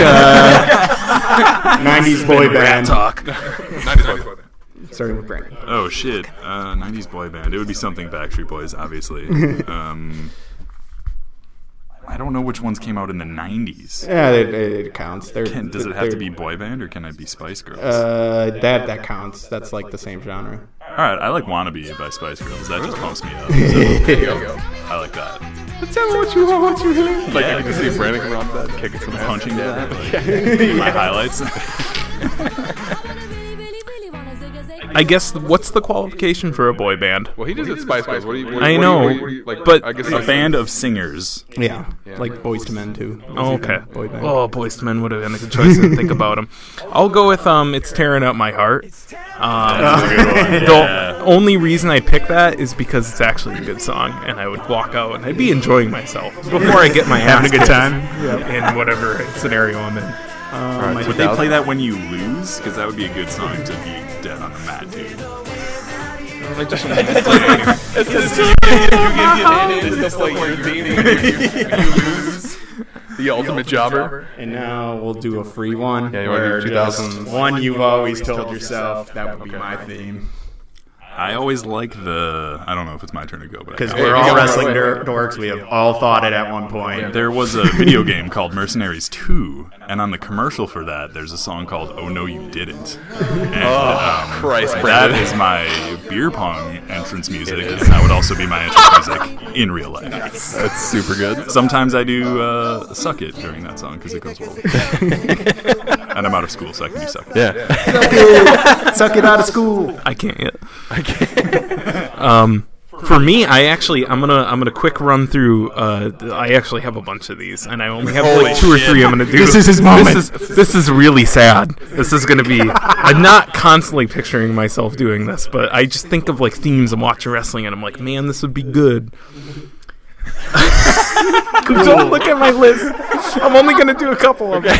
enough. Nineties boy band. talk. 90s boy band. Starting with Brandon. Oh shit. Uh, 90s boy band. It would be something Backstreet Boys, obviously. um, I don't know which ones came out in the 90s. Yeah, it, it, it counts. They're, Can, does it have to they're- be boy band or can I be Spice Girls? Uh, that that counts. That's like the same genre. All right, I like "Wannabe" by Spice Girls. That just pumps me up. So There you go. I like that. Tell me what you want, what you really Like, I Yeah. can see Brandon come off that, kicking some ass. Punching to that, like, my highlights. I guess what's the qualification for a boy band? Well, he just did Spice Girls. What do you? What, I what know, do you, what do you, like, but- I guess a I- band of singers. Yeah, like Boys to Men too. Oh, okay. Boy band. Oh, Boys to Men would have been a good choice. I didn't think about them. I'll go with um, it's tearing up my heart. Um, That's a good one. the Yeah. only reason I picked that is because it's actually a good song, and I would walk out and I'd be enjoying myself before I get my ass Having a good kicked time. in whatever scenario I'm in. Alright, Would they play that when you lose? Blues? Because that would be a good song to be dead on a mat, dude. The ultimate jobber. And now we'll do a free one. Yeah, you wanna do where just 2000s? One you've always told yourself. That would be my theme. I always like the. I don't know if it's my turn to go, but I Because kinda we're like all go. wrestling dur- dorks. We have all thought it at one point. There was a video game called Mercenaries 2, and on the commercial for that, there's a song called Oh No You Didn't. And Oh. um, Christ, that Brandon. is my beer pong entrance music, and that would also be my entrance music in real life. That's super good. Sometimes I do uh, Suck It during that song because it goes well. and I'm out of school, so I can do Suck It. Yeah. Suck it out of school. I can't yet. um, for me, I actually I'm gonna I'm gonna quick run through. Uh, I actually have a bunch of these, and I only have like two or three. I'm gonna do. This is his moment. This is this is really sad. This is gonna be. I'm not constantly picturing myself doing this, but I just think of like themes. I'm watching wrestling, and I'm like, man, this would be good. Don't look at my list. I'm only gonna do a couple of them.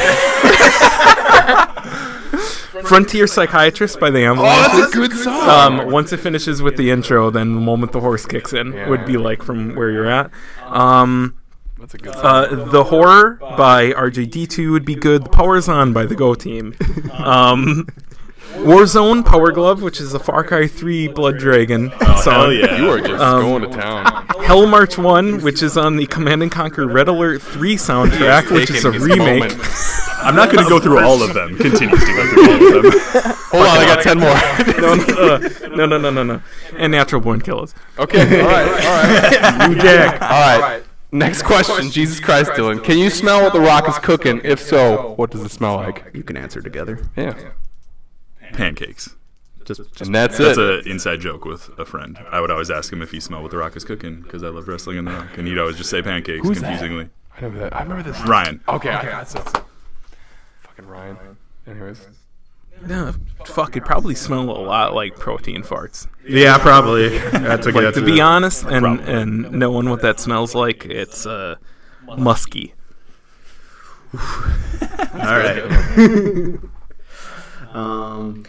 Frontier Psychiatrist by the Ambulance. Oh, That's a good song. Um, once it finishes with the intro, then the moment the horse kicks in would be like from where you're at. Um, That's a good song. uh, the horror by RJD2 would be good. The powers on by the Go Team. Um, Warzone Power Glove, which is a Far Cry 3 Blood Dragon song. Hell yeah. Oh, You are just um, going to town. Hell March 1, which is on the Command and Conquer Red Alert 3 soundtrack, which is a Taking his remake. moment. I'm not going to go through all of them. Continues to go through all of them. Hold on, I got ten more. No, no, uh, no, no, no, no, no. And Natural Born Killers. okay, all right, all right. You dick. All right. Next question, Jesus Christ, Dylan. Can you smell what the rock is cooking? If so, what does it smell like? You can answer together. Yeah. Pancakes. Just, just And that's That's it. an inside joke with a friend. I would always ask him if he smelled what The Rock is cooking because I loved wrestling in The Rock, and he'd always just say pancakes Who's that? confusingly. I remember that. I remember this. Ryan. Okay, okay that's, that's fucking Ryan. Anyways. Yeah, fuck, it probably smell a lot like protein farts. yeah, probably. That's a good. to be honest and and knowing what that smells like it's uh musky All right. um,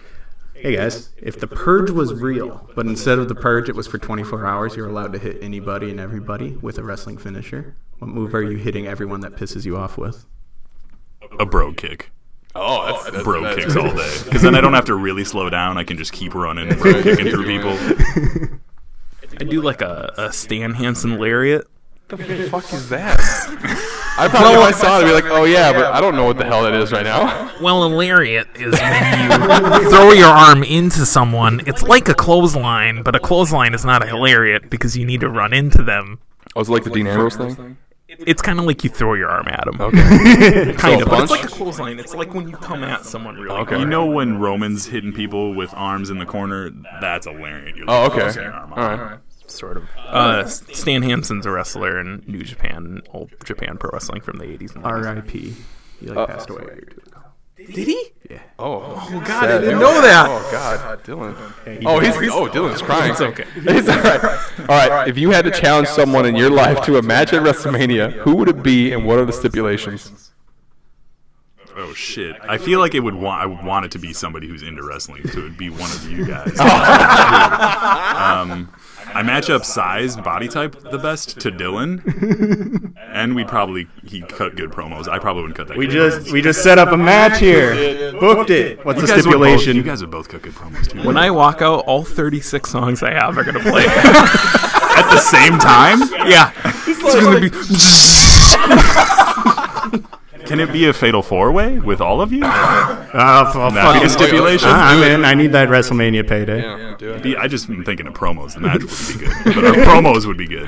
hey guys, if the purge was real, but instead of the purge, it was for 24 hours, you're allowed to hit anybody and everybody with a wrestling finisher. What move are you hitting everyone that pisses you off with? a bro kick. Oh, that's, bro kicks all day. Because then I don't have to really slow down. I can just keep running, and bro kicking through people. i do like a, a stan hansen lariat I probably, if I saw it, I'd be like, oh yeah, but I don't know what the hell that is right now. Well, a lariat is when you throw your arm into someone. It's like a clothesline, but a clothesline is not a lariat because you need to run into them. Oh, was it like the Dean Ambrose thing? It's kind of like you throw your arm at them. Okay. kind a of but bunch? it's like a clothesline it's like when you come at someone really Okay. You know when Roman's hitting people with arms in the corner? That's a lariat. You're Oh, like okay. forcing your arm All off. right. sort of uh stan hansen's a wrestler in new japan and old japan pro wrestling from the 80s and 90s. R.I.P. He like passed away. a year or two ago. did he Uh, Oh. oh god i didn't know that Oh God, Dylan. Oh, he's oh Dylan's crying. It's okay. It's all right. All right. If you had to challenge someone in your life to a match at WrestleMania, who would it be, and what are the stipulations? Oh shit! I feel like it would want. I would want it to be somebody who's into wrestling, so it would be one of you guys. um, I match up size, body type the best to Dylan, and we'd probably he cut good promos. I probably wouldn't cut that. We good promos. just we just set up a match here. Booked it. What's the You guys would both- stipulation? you guys would both cut good promos too. when i walk out all 36 songs i have are gonna play at the same time. yeah it's gonna be Can it be a fatal four way with all of you? Uh, f- fuck be a it. stipulation. Uh, I'm in. I need that WrestleMania payday. Yeah, do it. Be- I just am thinking of promos. The match would be good, but our promos would be good.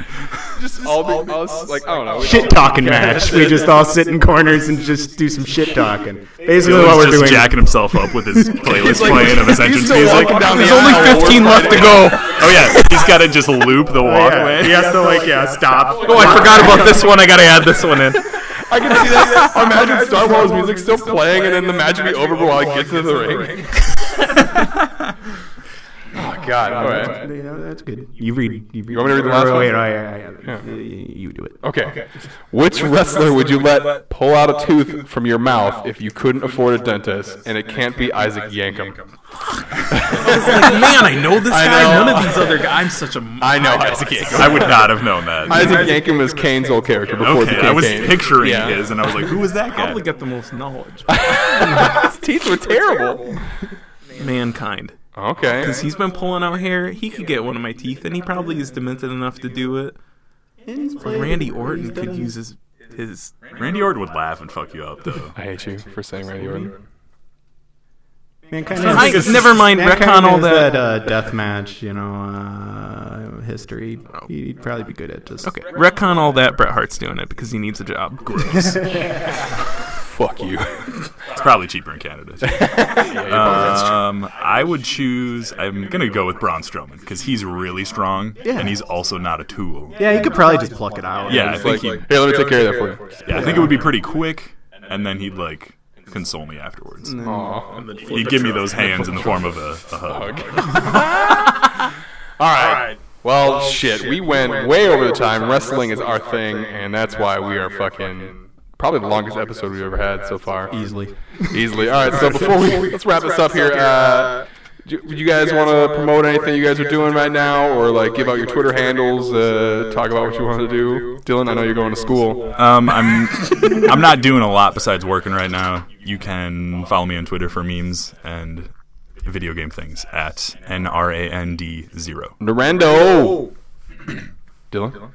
Just all be, us, like I don't know. Shit talking match. We just all sit in corners and just do some shit talking. Basically, what Dylan's we're just doing. jacking himself up with his playlist playing of his entrance music. There's only 15 left to go. Oh yeah, he's got to just loop the walkway. Yeah, he has to like yeah stop. oh i forgot about this one i gotta add this one in I can see that. Imagine Star Wars music still playing, and then the match would be over while I get to the ring. Oh, God. All right. Yeah, that's good. You read. You, You want me to read the last wait, oh, one? wait, wait, wait, wait. You do it. Okay. Which wrestler would you let pull out a tooth from your mouth if you couldn't afford a dentist, and it can't be Isaac Yankum? Man, I know this I guy. know. None of these other guys. I'm such a. m- I know Isaac Yankum. I would not have known that. Isaac Yankum is Kane's old character before okay, the Kane. I was Kane. picturing Yeah. his, and I was like, "Who was that guy?" Probably got the most knowledge. His teeth were terrible. Mankind. Okay. Because he's been pulling out hair. He could get one of my teeth, and he probably is demented enough to do it. Randy Orton could use his. his Randy Orton would laugh and fuck you up, though. I hate you for saying Randy Orton. Mankind I, has, never mind, Mankind retcon all has that. that uh, death match, you know, uh, history. Oh. He'd probably be good at just. Okay, retcon all that. Bret Hart's doing it because he needs a job. Fuck you. It's probably cheaper in Canada. too. um, I would choose. I'm gonna go with Braun Strowman because he's really strong, and he's also not a tool. Yeah, he could probably just pluck it out. Yeah, I think Like, he. here, let me take care of that for you. Yeah, I think it would be pretty quick, and then he'd like console me afterwards. He'd give me those hands in the form of a, a hug. All right. Well, shit, we went way over the time. Wrestling is our thing, and that's why we are fucking probably the longest episode we've ever had so far. Easily. Easily. All right. So before we let's wrap this up here. Uh, do do you guys want to promote anything you guys are doing right now, or like give out your Twitter handles, uh, talk about what you want to do? Dylan, I know you're going to school. Um, I'm I'm not doing a lot besides working right now. You can follow me on Twitter for memes and video game things at n r a n d zero. Narando. Dylan,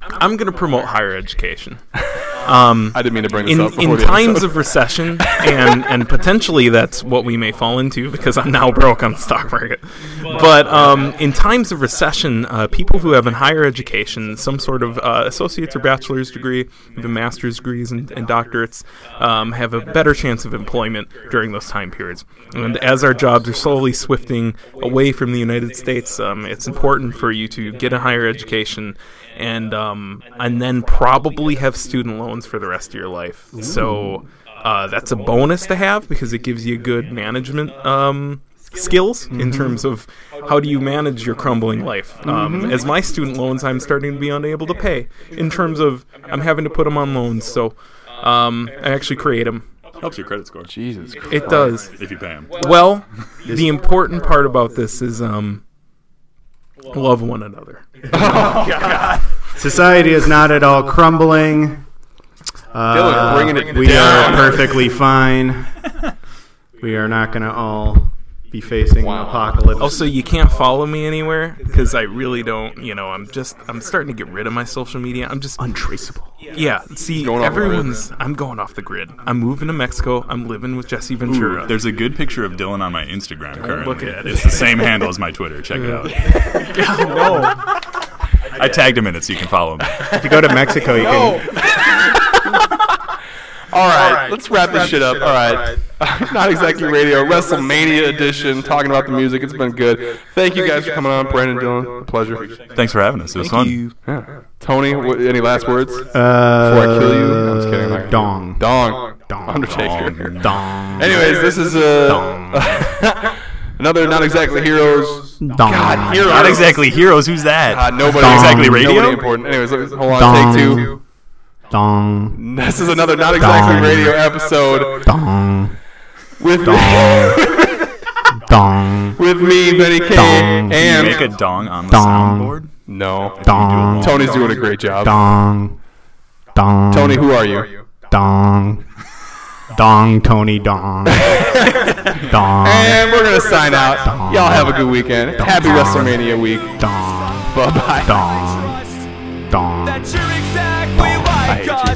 I'm going to promote higher education. Um, I didn't mean to bring this in up before in the times episode. of recession, and and potentially that's what we may fall into because I'm now broke on the stock market. But um, in times of recession, uh, people who have an higher education, some sort of uh, associate's or bachelor's degree, even master's degrees and, and doctorates, um, have a better chance of employment during those time periods. And as our jobs are slowly swifting away from the United States, um, it's important for you to get a higher education and um, and then probably have student loans for the rest of your life. So uh, that's a bonus to have because it gives you good management um, skills in terms of how do you manage your crumbling life. Um, As my student loans, I'm starting to be unable to pay in terms of I'm having to put them on loans. So um, I actually create them. Helps your credit score Jesus Christ. It does. if you pay him. Well, the important part about this is um, love one another. Society is not at all crumbling. Uh, Dylan, bringing it we down. are perfectly fine. We are not going to all be facing an Oh, apocalypse. Also, you can't follow me anywhere because I really don't. You know, I'm just I'm starting to get rid of my social media. I'm just untraceable. yeah. See, Going off the grid. everyone's I'm going off the grid. I'm moving to Mexico. I'm living with Jesse Ventura. Ooh, there's a good picture of Dylan on my Instagram currently. look at it. It's the same handle as my Twitter. Check it out. no, I tagged him in it so you can follow him. If you go to Mexico, you can. All right, let's wrap this shit up. All right. Not exactly radio, WrestleMania edition, talking about the music. It's been good. Thank you guys for coming on, Brandon Dylan. Pleasure. Thanks for having us. It was fun. you Yeah. Tony, wh- any last words? Uh, Before I kill you? No, I'm just kidding, I'm not gonna- Dong. Dong. Dong. Undertaker. Dong. Dong. Anyways, this is uh, another Not Exactly Heroes. Dong. God, heroes. Uh, Not exactly heroes. Who's that? God, nobody Dong. exactly radio. Radio? Nobody important. Anyways, let's- hold on. Dong. Take two. Dong. This is another Not Exactly Dong. Radio episode Dong. with Dong. with me, Benny King, Dong. Can you make and a dong on the Dong. soundboard. no. Dong. Tony's doing a great job. Dong. Dong. Tony, who are you? Dong. Dong, Tony, dong. dong. And we're gonna sign out. Y'all have a good weekend. Happy WrestleMania week. Dong. Bye bye. Dong. Dong. That you're exactly what I hate you.